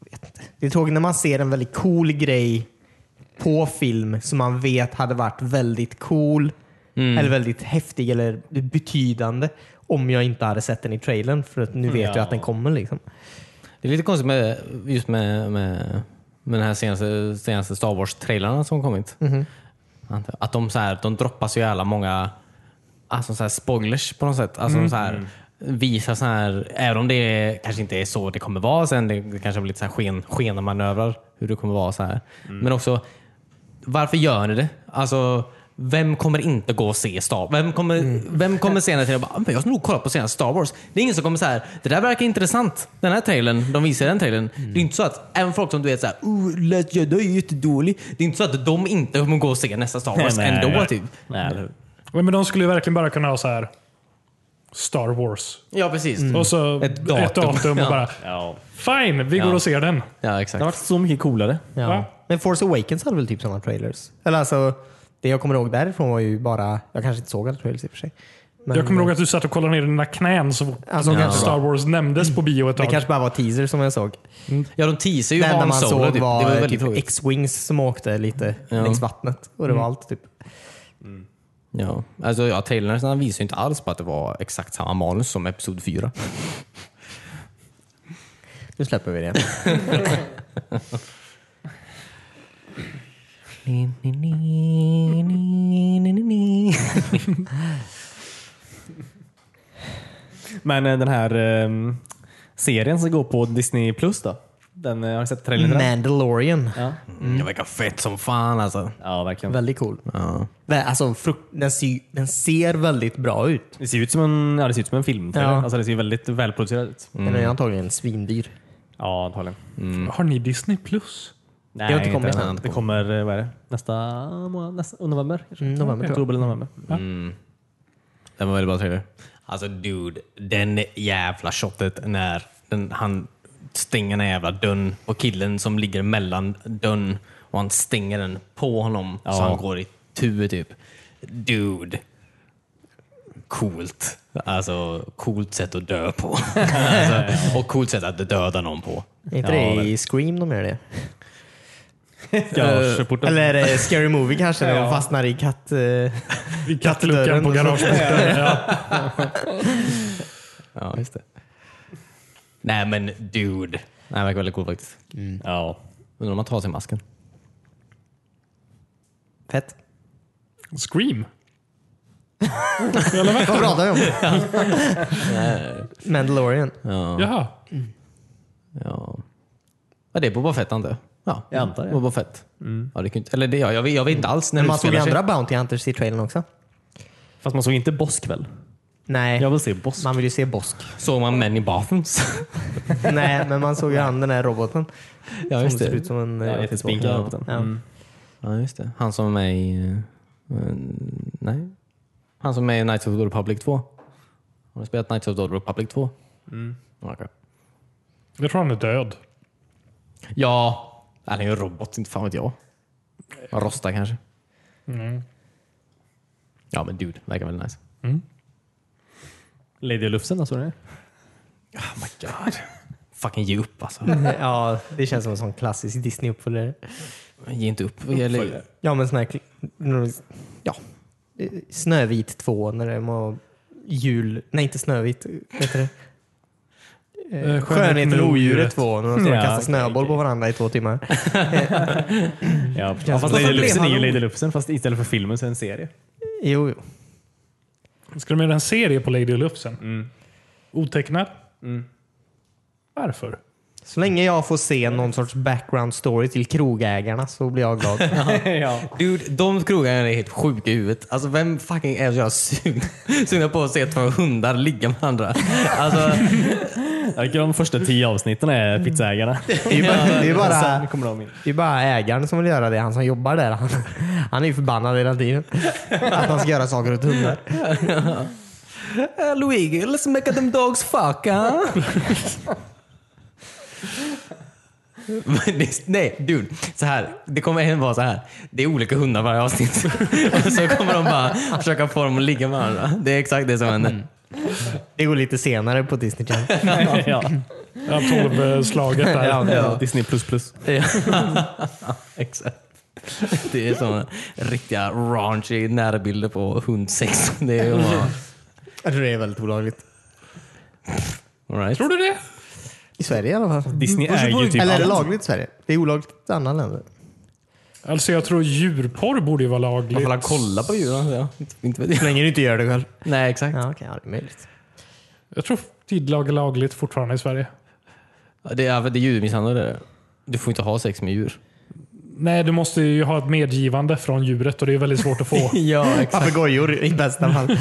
Speaker 3: jag vet inte. Det är tråkigt när man ser en väldigt cool grej på film som man vet hade varit väldigt cool
Speaker 1: Mm.
Speaker 3: eller väldigt häftig eller betydande om jag inte hade sett den i trailern. För att nu vet jag att den kommer. Liksom.
Speaker 4: Det är lite konstigt med, just med, med, med den här senaste, senaste Star Wars-trailerna som kommit. Antar jag. Att de, så här, de droppas ju alla många alltså så här spoilers på något sätt.
Speaker 2: Mm.
Speaker 4: Alltså de så här, visar så här, även om det är, kanske inte är så det kommer vara sen, det, det kanske blir lite så här sken, skenmanövrar hur det kommer vara så här.
Speaker 2: Mm.
Speaker 4: Men också, varför gör ni det? Alltså, vem kommer inte gå och se Star Wars? Vem kommer,
Speaker 2: Mm.
Speaker 4: vem kommer senare till och bara, "Ah, "Men jag har nog kollat på senaste Star Wars. Det är ingen som kommer så här, det där verkar intressant. Den här trailern, de visar den trailern.
Speaker 2: Mm.
Speaker 4: Det är inte så att, även folk som du vet såhär, oh, Last Jedi är jättedålig. Det är inte så att de inte kommer gå och se nästa Star Wars
Speaker 2: Nej, nej,
Speaker 4: ändå.
Speaker 2: nej.
Speaker 4: Typ.
Speaker 2: Nej, eller hur?
Speaker 1: Men de skulle ju verkligen bara kunna ha så här Star Wars.
Speaker 4: Ja, precis.
Speaker 2: Mm.
Speaker 1: Och så
Speaker 4: Mm. Ett datum. (laughs)
Speaker 1: och bara
Speaker 2: Ja.
Speaker 1: Fine, vi går
Speaker 4: Ja.
Speaker 1: och ser den.
Speaker 4: Ja,
Speaker 2: Det har
Speaker 4: exakt.
Speaker 2: varit så mycket coolare.
Speaker 3: Ja.
Speaker 1: Va?
Speaker 3: Men Force Awakens hade väl typ sådana trailers? Eller alltså, det jag kommer ihåg därifrån var ju bara, jag kanske inte såg alla trailers i och för sig. Men-
Speaker 1: Jag kommer ihåg att du satt och kollade ner dina knän så fort
Speaker 3: Alltså, kanske
Speaker 1: Star Wars nämndes på bio ett
Speaker 3: Det
Speaker 1: tag.
Speaker 3: kanske bara var teaser som jag såg.
Speaker 4: Ja, de teasar ju
Speaker 3: Det enda
Speaker 4: Han
Speaker 3: man
Speaker 4: Solo.
Speaker 3: såg
Speaker 4: typ.
Speaker 3: var,
Speaker 4: det var ju väldigt
Speaker 3: typ
Speaker 4: tråkigt.
Speaker 3: X-Wings som åkte lite
Speaker 4: Ja. Mm.
Speaker 3: längs vattnet. Och det var allt typ.
Speaker 4: Ja, alltså ja, trailerna visar ju inte alls på att det var exakt samma manus som Episod 4.
Speaker 3: Nu släpper vi det. Mm.
Speaker 2: Men eh, den här ehm, serien som går på Disney Plus då? Den, eh, har ni sett trailern till den?
Speaker 3: (laughs) Mandalorian.
Speaker 2: Ja.
Speaker 4: Det verkar fett som fan alltså.
Speaker 2: ja, verkligen.
Speaker 3: Väldigt cool.
Speaker 4: Ja.
Speaker 3: Vä- Alltså, frukt- den, sy- den ser väldigt bra ut.
Speaker 2: Det ser ut som en, ja, det ser ut som en filmtrailer.
Speaker 3: Ja.
Speaker 2: Alltså, det ser väldigt välproducerat ut.
Speaker 4: Mm.
Speaker 3: Den är antagligen svindyr.
Speaker 2: Ja, antagligen.
Speaker 1: Har ni Disney plus?
Speaker 2: Nej,
Speaker 3: har inte kommit
Speaker 2: än.
Speaker 3: än.
Speaker 2: Det kommer eh, vad är det? nästa månad? Nästa, november? kanske?
Speaker 3: Mm, november, tror jag.
Speaker 2: Oktober
Speaker 3: Mm.
Speaker 2: eller november.
Speaker 4: Det var väldigt bra trailer. Alltså dude, den jävla shotet när den, han stänger den jävla dörren och killen som ligger mellan dörren och han stänger den på honom så han går i tu typ. Dude. coolt. Alltså, coolt sätt att dö på. (laughs) alltså, och coolt sätt att döda någon på.
Speaker 3: Är inte det i Scream de gör
Speaker 4: (laughs)
Speaker 3: det? Eh,
Speaker 2: Garageporten.
Speaker 3: Eller är det Scary Movie kanske,
Speaker 4: (laughs)
Speaker 3: när de fastnar i katt... eh,
Speaker 1: I kattluckan på
Speaker 3: Kattdörren.
Speaker 1: garageporten. Ja.
Speaker 4: Ja, just det. Nej men dude. Mm. Nej, verkar väldigt cool faktiskt.
Speaker 2: Ja.
Speaker 4: Undrar om man tar sig masken.
Speaker 3: Fett.
Speaker 1: Scream.
Speaker 3: (laughs) Vad pratar vi om? (laughs) Mandalorian.
Speaker 1: Jaha.
Speaker 4: Ja. ja det är Boba Fett antar jag. Ja,
Speaker 2: Jag antar det.
Speaker 4: Boba Fett. Mm. Ja, det kan ju inte, eller det, ja, jag, vet, jag vet inte alls när
Speaker 3: Men
Speaker 4: det
Speaker 3: man såg ju
Speaker 4: utspelar sig.
Speaker 3: andra Bounty Hunters i trailern också.
Speaker 2: Fast man såg inte Bosk väl?
Speaker 3: Nej,
Speaker 2: Jag vill se Bosk.
Speaker 3: man vill ju se Bosk.
Speaker 4: Såg man män i Bathens?
Speaker 3: (laughs) Nej, men man såg ju han den där roboten.
Speaker 4: ja,
Speaker 3: Som ser ut som en... eh,
Speaker 2: Ja, jättespinkad
Speaker 3: robot.
Speaker 2: roboten.
Speaker 3: Ja.
Speaker 4: Ja, just det. Han som var med i... eh, eh, nej. Han som är med i Knights of the Republic 2. Har du spelat Knights of the Republic 2? Mm.
Speaker 1: Jag tror han är död.
Speaker 4: Ja. Han är ju en robot, inte fan vet jag. Han rostar kanske. Ja men dude, verkar väldigt nice.
Speaker 2: Lady of Lufsen, såg ni det?
Speaker 3: Mm.
Speaker 4: Oh my god. Fucking ge upp alltså.
Speaker 3: ja, (laughs) det känns som en sån klassisk Disney-uppföljare.
Speaker 4: Ge inte upp. Eller,
Speaker 3: Ja, men sån här... kl- när- Ja. eh, Snövit 2 när det var jul... Nej, inte Snövit. Vad heter det? Eh,
Speaker 1: Skönheten
Speaker 3: Skönheten
Speaker 1: och
Speaker 3: och odjuret
Speaker 1: odjuret.
Speaker 3: 2. När de står och
Speaker 2: Ja,
Speaker 3: kastar
Speaker 2: okej,
Speaker 3: snöboll
Speaker 2: okej.
Speaker 3: på varandra i två timmar.
Speaker 2: Ja,
Speaker 3: Ja,
Speaker 2: fast
Speaker 3: fast
Speaker 2: Lady
Speaker 3: vad
Speaker 2: Lufsen är
Speaker 3: blev
Speaker 2: ju
Speaker 3: han?
Speaker 2: Lady Lufsen fast istället för filmen så är det en serie.
Speaker 3: Jo, jo.
Speaker 1: Ska de göra en serie på Lady och Lufsen? Otecknad? Varför?
Speaker 3: Så länge jag får se någon sorts background story till krogägarna så blir jag glad.
Speaker 2: ja.
Speaker 4: Dude, de krogarna är helt sjuka i huvudet. Alltså vem fucking är så jävla sugna, (laughs) sugna på att se två hundar ligga med andra? Alltså, (laughs)
Speaker 2: Jag tycker de första tio avsnitten är
Speaker 3: (laughs)
Speaker 2: pizzägarna.
Speaker 3: Det är ju bara, Mm. det är ju bara,
Speaker 2: Sen kommer de in.
Speaker 3: det är bara ägaren som vill göra det. Han som jobbar där. Han, han är ju förbannad hela tiden. Att man ska göra saker åt hundar.
Speaker 4: Luigi, let's make them dogs fuck, huh? Men (laughs) det, nej, dude. Så här, det kommer en vara så här. Det är olika hundar varje avsnitt. (laughs) Och så kommer de bara försöka få dem att ligga med varandra. Det är exakt det som händer.
Speaker 3: Det går lite senare på Disney (laughs) Channel.
Speaker 2: ja.
Speaker 1: Ja, tolvslaget eh,
Speaker 3: (laughs)
Speaker 1: där.
Speaker 2: Ja. Disney plus plus.
Speaker 4: (laughs) Exakt. Det är såna riktiga raunchy närbilder på hundsex. Det är bara,
Speaker 3: Jag tror det är väldigt olagligt.
Speaker 4: all right.
Speaker 1: Tror du det?
Speaker 3: I Sverige i alla fall.
Speaker 2: Disney äger ju typ
Speaker 3: Mm. Eller är det
Speaker 2: allt.
Speaker 3: lagligt i Sverige? Det är olagligt i andra länder.
Speaker 1: Alltså jag tror djurporr borde ju vara
Speaker 4: Man får
Speaker 1: lagligt.
Speaker 4: väl kolla på djuren. Ja. Inte- Inte vet jag.
Speaker 3: Så länge du inte gör det själv.
Speaker 4: Nej, exakt.
Speaker 3: Ja, okej. ja, det är möjligt.
Speaker 1: Jag tror tidlag är lagligt fortfarande i Sverige.
Speaker 4: Det är, det är djurmisshandel. det är det. Du får inte ha sex med djur.
Speaker 1: Nej, du måste ju ha ett medgivande från djuret och det är väldigt svårt att
Speaker 3: (laughs)
Speaker 1: få.
Speaker 4: Ja,
Speaker 3: Papegojor i bästa fall.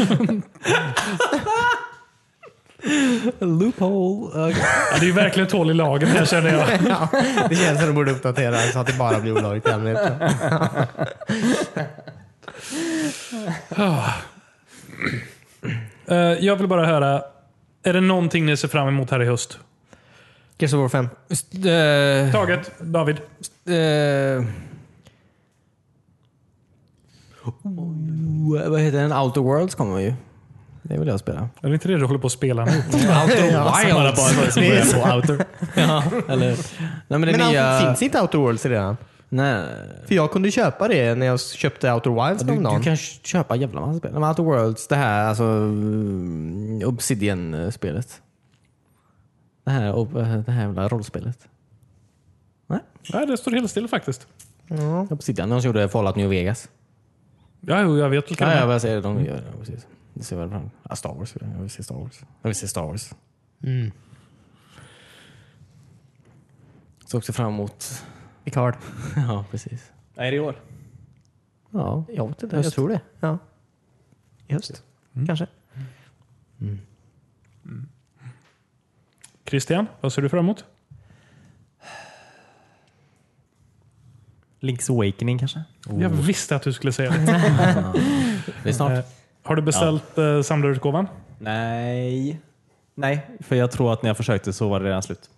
Speaker 4: Loophole.
Speaker 1: Ja, det är ju verkligen ett hål i lagen här känner jag.
Speaker 3: ja, det känns som att de borde uppdatera så att det bara blir olagligt i allmänhet.
Speaker 1: Eh, jag vill bara höra, är det någonting ni ser fram emot här i höst?
Speaker 3: Gears of War 5.
Speaker 1: Taget, David.
Speaker 4: vad heter den? Outer Worlds kommer ju. Det vill jag spela.
Speaker 1: Är det inte det du håller på att spela nu?
Speaker 4: (laughs) Outer
Speaker 2: Bara
Speaker 3: (laughs)
Speaker 2: bara som börjar på outer.
Speaker 4: ja, eller, nej men det
Speaker 3: Men
Speaker 4: nya...
Speaker 3: allt finns inte Outer Worlds redan?
Speaker 4: Nej,
Speaker 3: För jag kunde köpa det när jag köpte Outer Wilds
Speaker 4: du,
Speaker 3: någon
Speaker 4: du
Speaker 3: dag.
Speaker 4: kan köpa jävla massa spel. Nej, men Outer Worlds, det här alltså mm, Obsidian-spelet. Det här, ob- det här jävla rollspelet. Nej,
Speaker 1: Nej, det står helt still faktiskt.
Speaker 4: Obsidian. De som gjorde Fallout New Vegas.
Speaker 1: Ja, jo, jag vet vilka
Speaker 4: Ja,
Speaker 1: det är.
Speaker 4: ja, jag säger det. Mm. De gör det. Precis. Det ser väl fram. Ja, Star Wars. Jag vill se Star Wars. Jag vill se Star Wars. Mm. Så också fram emot... (laughs)
Speaker 3: Picard.
Speaker 4: Ja, precis.
Speaker 2: Nej, det är i år.
Speaker 4: Ja,
Speaker 3: Jag vet inte. Jag tror det. Mm. Ja. Just. Kanske.
Speaker 1: Christian, vad ser du fram emot?
Speaker 2: Link's Awakening kanske?
Speaker 1: Jag visste att du skulle säga det.
Speaker 4: det är snart.
Speaker 1: Eh, Har du beställt ja. samlarutgåvan?
Speaker 2: Nej. Nej, för jag tror att när jag försökte så var det redan slut.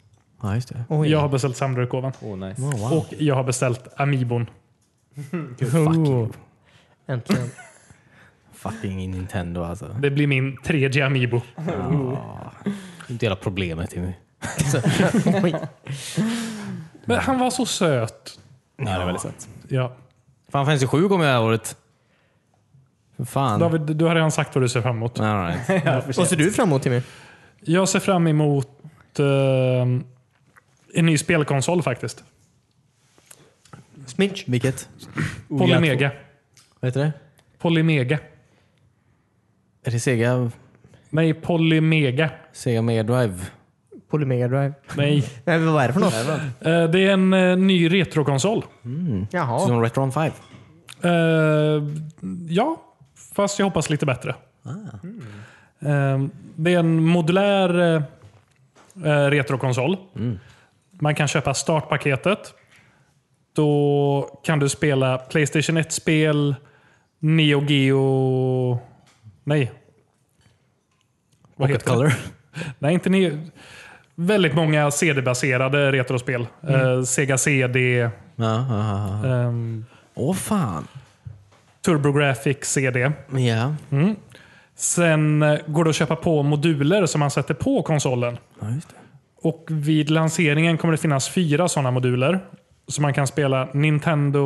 Speaker 4: Ja, just det.
Speaker 3: Oj.
Speaker 1: Jag har beställt samlarutgåvan.
Speaker 2: Åh, oh, nice.
Speaker 1: Och jag har beställt Amiibon.
Speaker 3: (laughs) Oh. Äntligen.
Speaker 4: Fucking Nintendo alltså.
Speaker 1: Det blir min tredje Amiibo.
Speaker 4: Inte hela problemet Timmy.
Speaker 1: Men han var så söt.
Speaker 4: Ja, det är väldigt sött.
Speaker 1: Ja.
Speaker 4: Fan, Fantasy 7 kommer det här året. För fan.
Speaker 1: David, du har redan sagt vad du ser fram emot.
Speaker 4: Nej, all right.
Speaker 3: Vad ser du fram emot Timmy?
Speaker 1: Jag ser fram emot ehm, en ny spelkonsol faktiskt.
Speaker 3: Sminch?
Speaker 4: Vilket?
Speaker 1: Polymega.
Speaker 4: Vad heter det?
Speaker 1: Polymega.
Speaker 4: Är det Sega,
Speaker 1: Nej, Polymega.
Speaker 4: Sega Mega Drive?
Speaker 3: Polymega Drive?
Speaker 1: Nej.
Speaker 3: (laughs) Nej, vad är det för något?
Speaker 1: (laughs) Eh, det är en eh, ny retrokonsol.
Speaker 3: Jaha. Mm.
Speaker 4: Som Retron 5?
Speaker 1: Eh, ja, fast jag hoppas lite bättre. Eh, det är en modulär eh, eh, retrokonsol. Man kan köpa startpaketet. Då kan du spela Playstation 1-spel, Neo Geo... Nej. Vad heter det?
Speaker 4: Color?
Speaker 1: (laughs) Nej, inte Neo... Väldigt många CD-baserade retrospel. Eh, Sega CD,
Speaker 4: Ja, ja, ja, ja.
Speaker 1: ehm,
Speaker 4: Åh fan.
Speaker 1: TurboGrafx CD.
Speaker 4: Ja.
Speaker 1: Sen eh, går det att köpa på moduler som man sätter på konsolen.
Speaker 4: ja, just det.
Speaker 1: Och Vid lanseringen kommer det finnas fyra sådana moduler. Så man kan spela Nintendo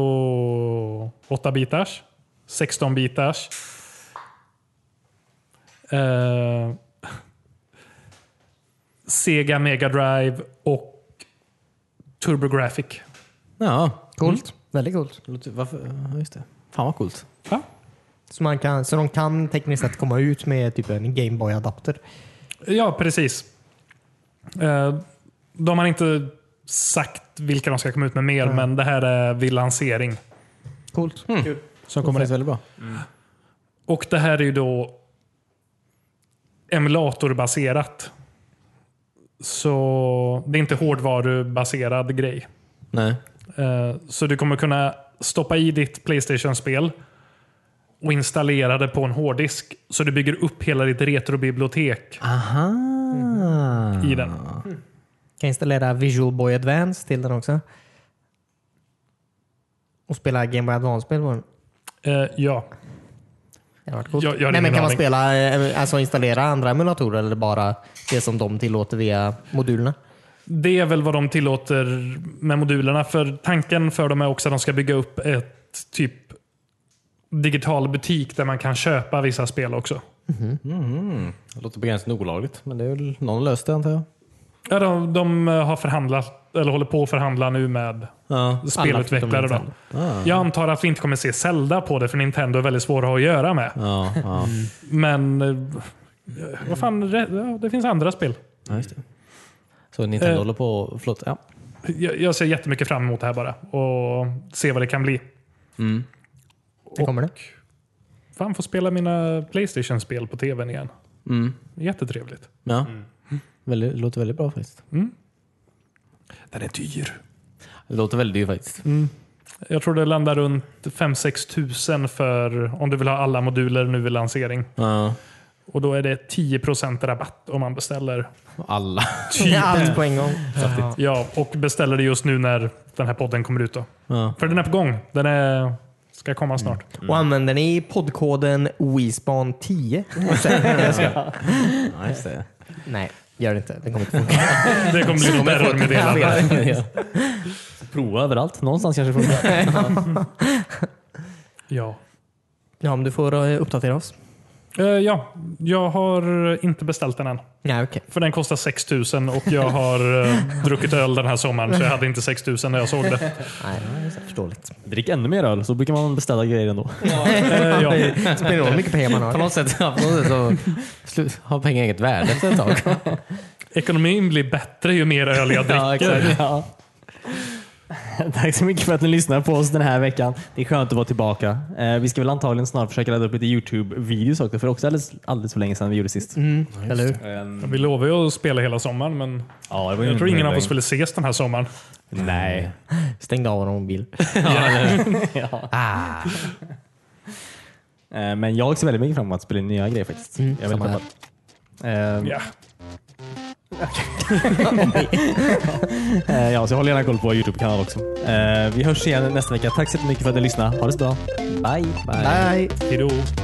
Speaker 1: 8-bitars, 16-bitars. Eh, (laughs) Sega Mega Drive och TurboGrafx.
Speaker 4: Ja.
Speaker 3: Coolt. Väldigt coolt.
Speaker 4: Låter- Varför? Ja, just det. Fan vad coolt.
Speaker 1: Ja.
Speaker 3: Så, man kan, så de kan tekniskt sett komma ut med typ en Gameboy-adapter.
Speaker 1: Ja, precis. Eh, De har inte sagt vilka de ska komma ut med mer, men det här är vid lansering.
Speaker 3: Coolt.
Speaker 1: Som
Speaker 4: Det
Speaker 1: kommer
Speaker 4: känns
Speaker 1: det.
Speaker 4: väldigt bra.
Speaker 1: Och det här är ju då emulatorbaserat. Så det är inte hårdvarubaserad grej.
Speaker 4: Nej.
Speaker 1: Eh, Så du kommer kunna stoppa i ditt Playstation-spel och installera det på en hårddisk. Så du bygger upp hela ditt retrobibliotek
Speaker 4: Aha.
Speaker 1: i den.
Speaker 3: Kan installera Visual Boy Advance till den också. Och spela Game Boy Advance-spel på den.
Speaker 1: Eh, Ja,
Speaker 3: Det hade varit coolt.
Speaker 1: Jag- jag har
Speaker 3: Nej, men
Speaker 1: ingen
Speaker 3: kan man
Speaker 1: aning.
Speaker 3: spela, eh, alltså installera andra emulatorer eller bara det som de tillåter via modulerna?
Speaker 1: Det är väl vad de tillåter med modulerna. För Tanken för dem är också att de ska bygga upp ett typ digital butik där man kan köpa vissa spel också.
Speaker 4: Det låter begränsat olagligt, men det är väl någon löst det antar jag.
Speaker 1: Ja, de, de har förhandlat, eller håller på att förhandla nu med
Speaker 4: Ja.
Speaker 1: spelutvecklare. Då.
Speaker 3: Nintendo.
Speaker 1: Jag antar att vi inte kommer se Zelda på det, för Nintendo är väldigt svåra att göra med.
Speaker 4: Ja, ja.
Speaker 1: Men eh, vad fan, re- ja, det finns andra spel.
Speaker 4: ja just det. Så Nintendo
Speaker 1: Eh.
Speaker 4: håller på Förlåt. Ja.
Speaker 1: Jag, jag ser jättemycket fram emot det här bara och se vad det kan bli.
Speaker 3: Det kommer det.
Speaker 1: Fan, får spela mina Playstation-spel på tvn igen.
Speaker 4: Mm.
Speaker 1: Jättetrevligt.
Speaker 4: ja. Väldigt, låter väldigt bra faktiskt.
Speaker 1: Den är dyr.
Speaker 4: Det låter väldigt dyrt faktiskt.
Speaker 1: Jag tror det landar runt 5-6 tusen för om du vill ha alla moduler nu vid lansering.
Speaker 4: Ja.
Speaker 1: Och då är det 10% rabatt om man beställer.
Speaker 4: Alla.
Speaker 3: Allt på en gång.
Speaker 1: Ja, och beställer det just nu när den här podden kommer ut. Då.
Speaker 4: Ja. Mm.
Speaker 1: För den är på gång. Den är, ska komma snart.
Speaker 3: Och använder ni poddkoden (laughs) WeSpan10?
Speaker 4: Ja, just det.
Speaker 3: Nej, gör det inte. Det kommer inte (laughs) funka.
Speaker 1: Det kommer bli något errormeddelande.
Speaker 3: (laughs)
Speaker 2: Prova överallt. Någonstans kanske funkar.
Speaker 1: Ja.
Speaker 3: Ja, men du får eh, uppdatera oss.
Speaker 1: Eh, ja, jag har inte beställt den än.
Speaker 3: Nej, okej.
Speaker 1: För den kostar 6 000 och jag har eh, druckit öl den här sommaren så jag hade inte 6 000 när jag såg det.
Speaker 3: Nej, det är förståeligt.
Speaker 2: Drick ännu mer öl så brukar man beställa grejer
Speaker 1: (laughs)
Speaker 2: ändå.
Speaker 1: Eh, ja.
Speaker 3: Det (laughs) spelar ingen roll hur mycket pengar man
Speaker 4: På
Speaker 3: har.
Speaker 4: något sätt, ja, på något sätt så slu- har pengar inget värde efter ett tag.
Speaker 1: Ekonomin blir bättre ju mer öl (laughs) jag dricker.
Speaker 2: Ja. Tack så mycket för att ni lyssnar på oss den här veckan. Det är skönt att vara tillbaka. Eh, vi ska väl antagligen snart försöka ladda upp lite Youtube-videos också, för det är också alldeles, alldeles för länge sedan vi gjorde sist.
Speaker 1: Mm.
Speaker 2: Ehm,
Speaker 3: Eller hur?
Speaker 1: Vi lovade ju att spela hela sommaren, men
Speaker 2: Ja, Mm, det var ju
Speaker 1: jag tror ingen av
Speaker 2: länge.
Speaker 1: oss ville ses den här sommaren.
Speaker 2: Nej.
Speaker 3: Stängde av vår mobil.
Speaker 2: Eh, men jag ser väldigt mycket fram emot att spela in nya grejer faktiskt. jag är väldigt
Speaker 3: samma
Speaker 2: peppad. Eh,
Speaker 1: Mm. Ja.
Speaker 2: eh, ja, så håll gärna koll på vår Youtube-kanal också. Eh, vi hörs igen nästa vecka. Tack så mycket för att ni lyssnade. Ha det så bra. Bye.
Speaker 3: Bye!
Speaker 1: Hejdå.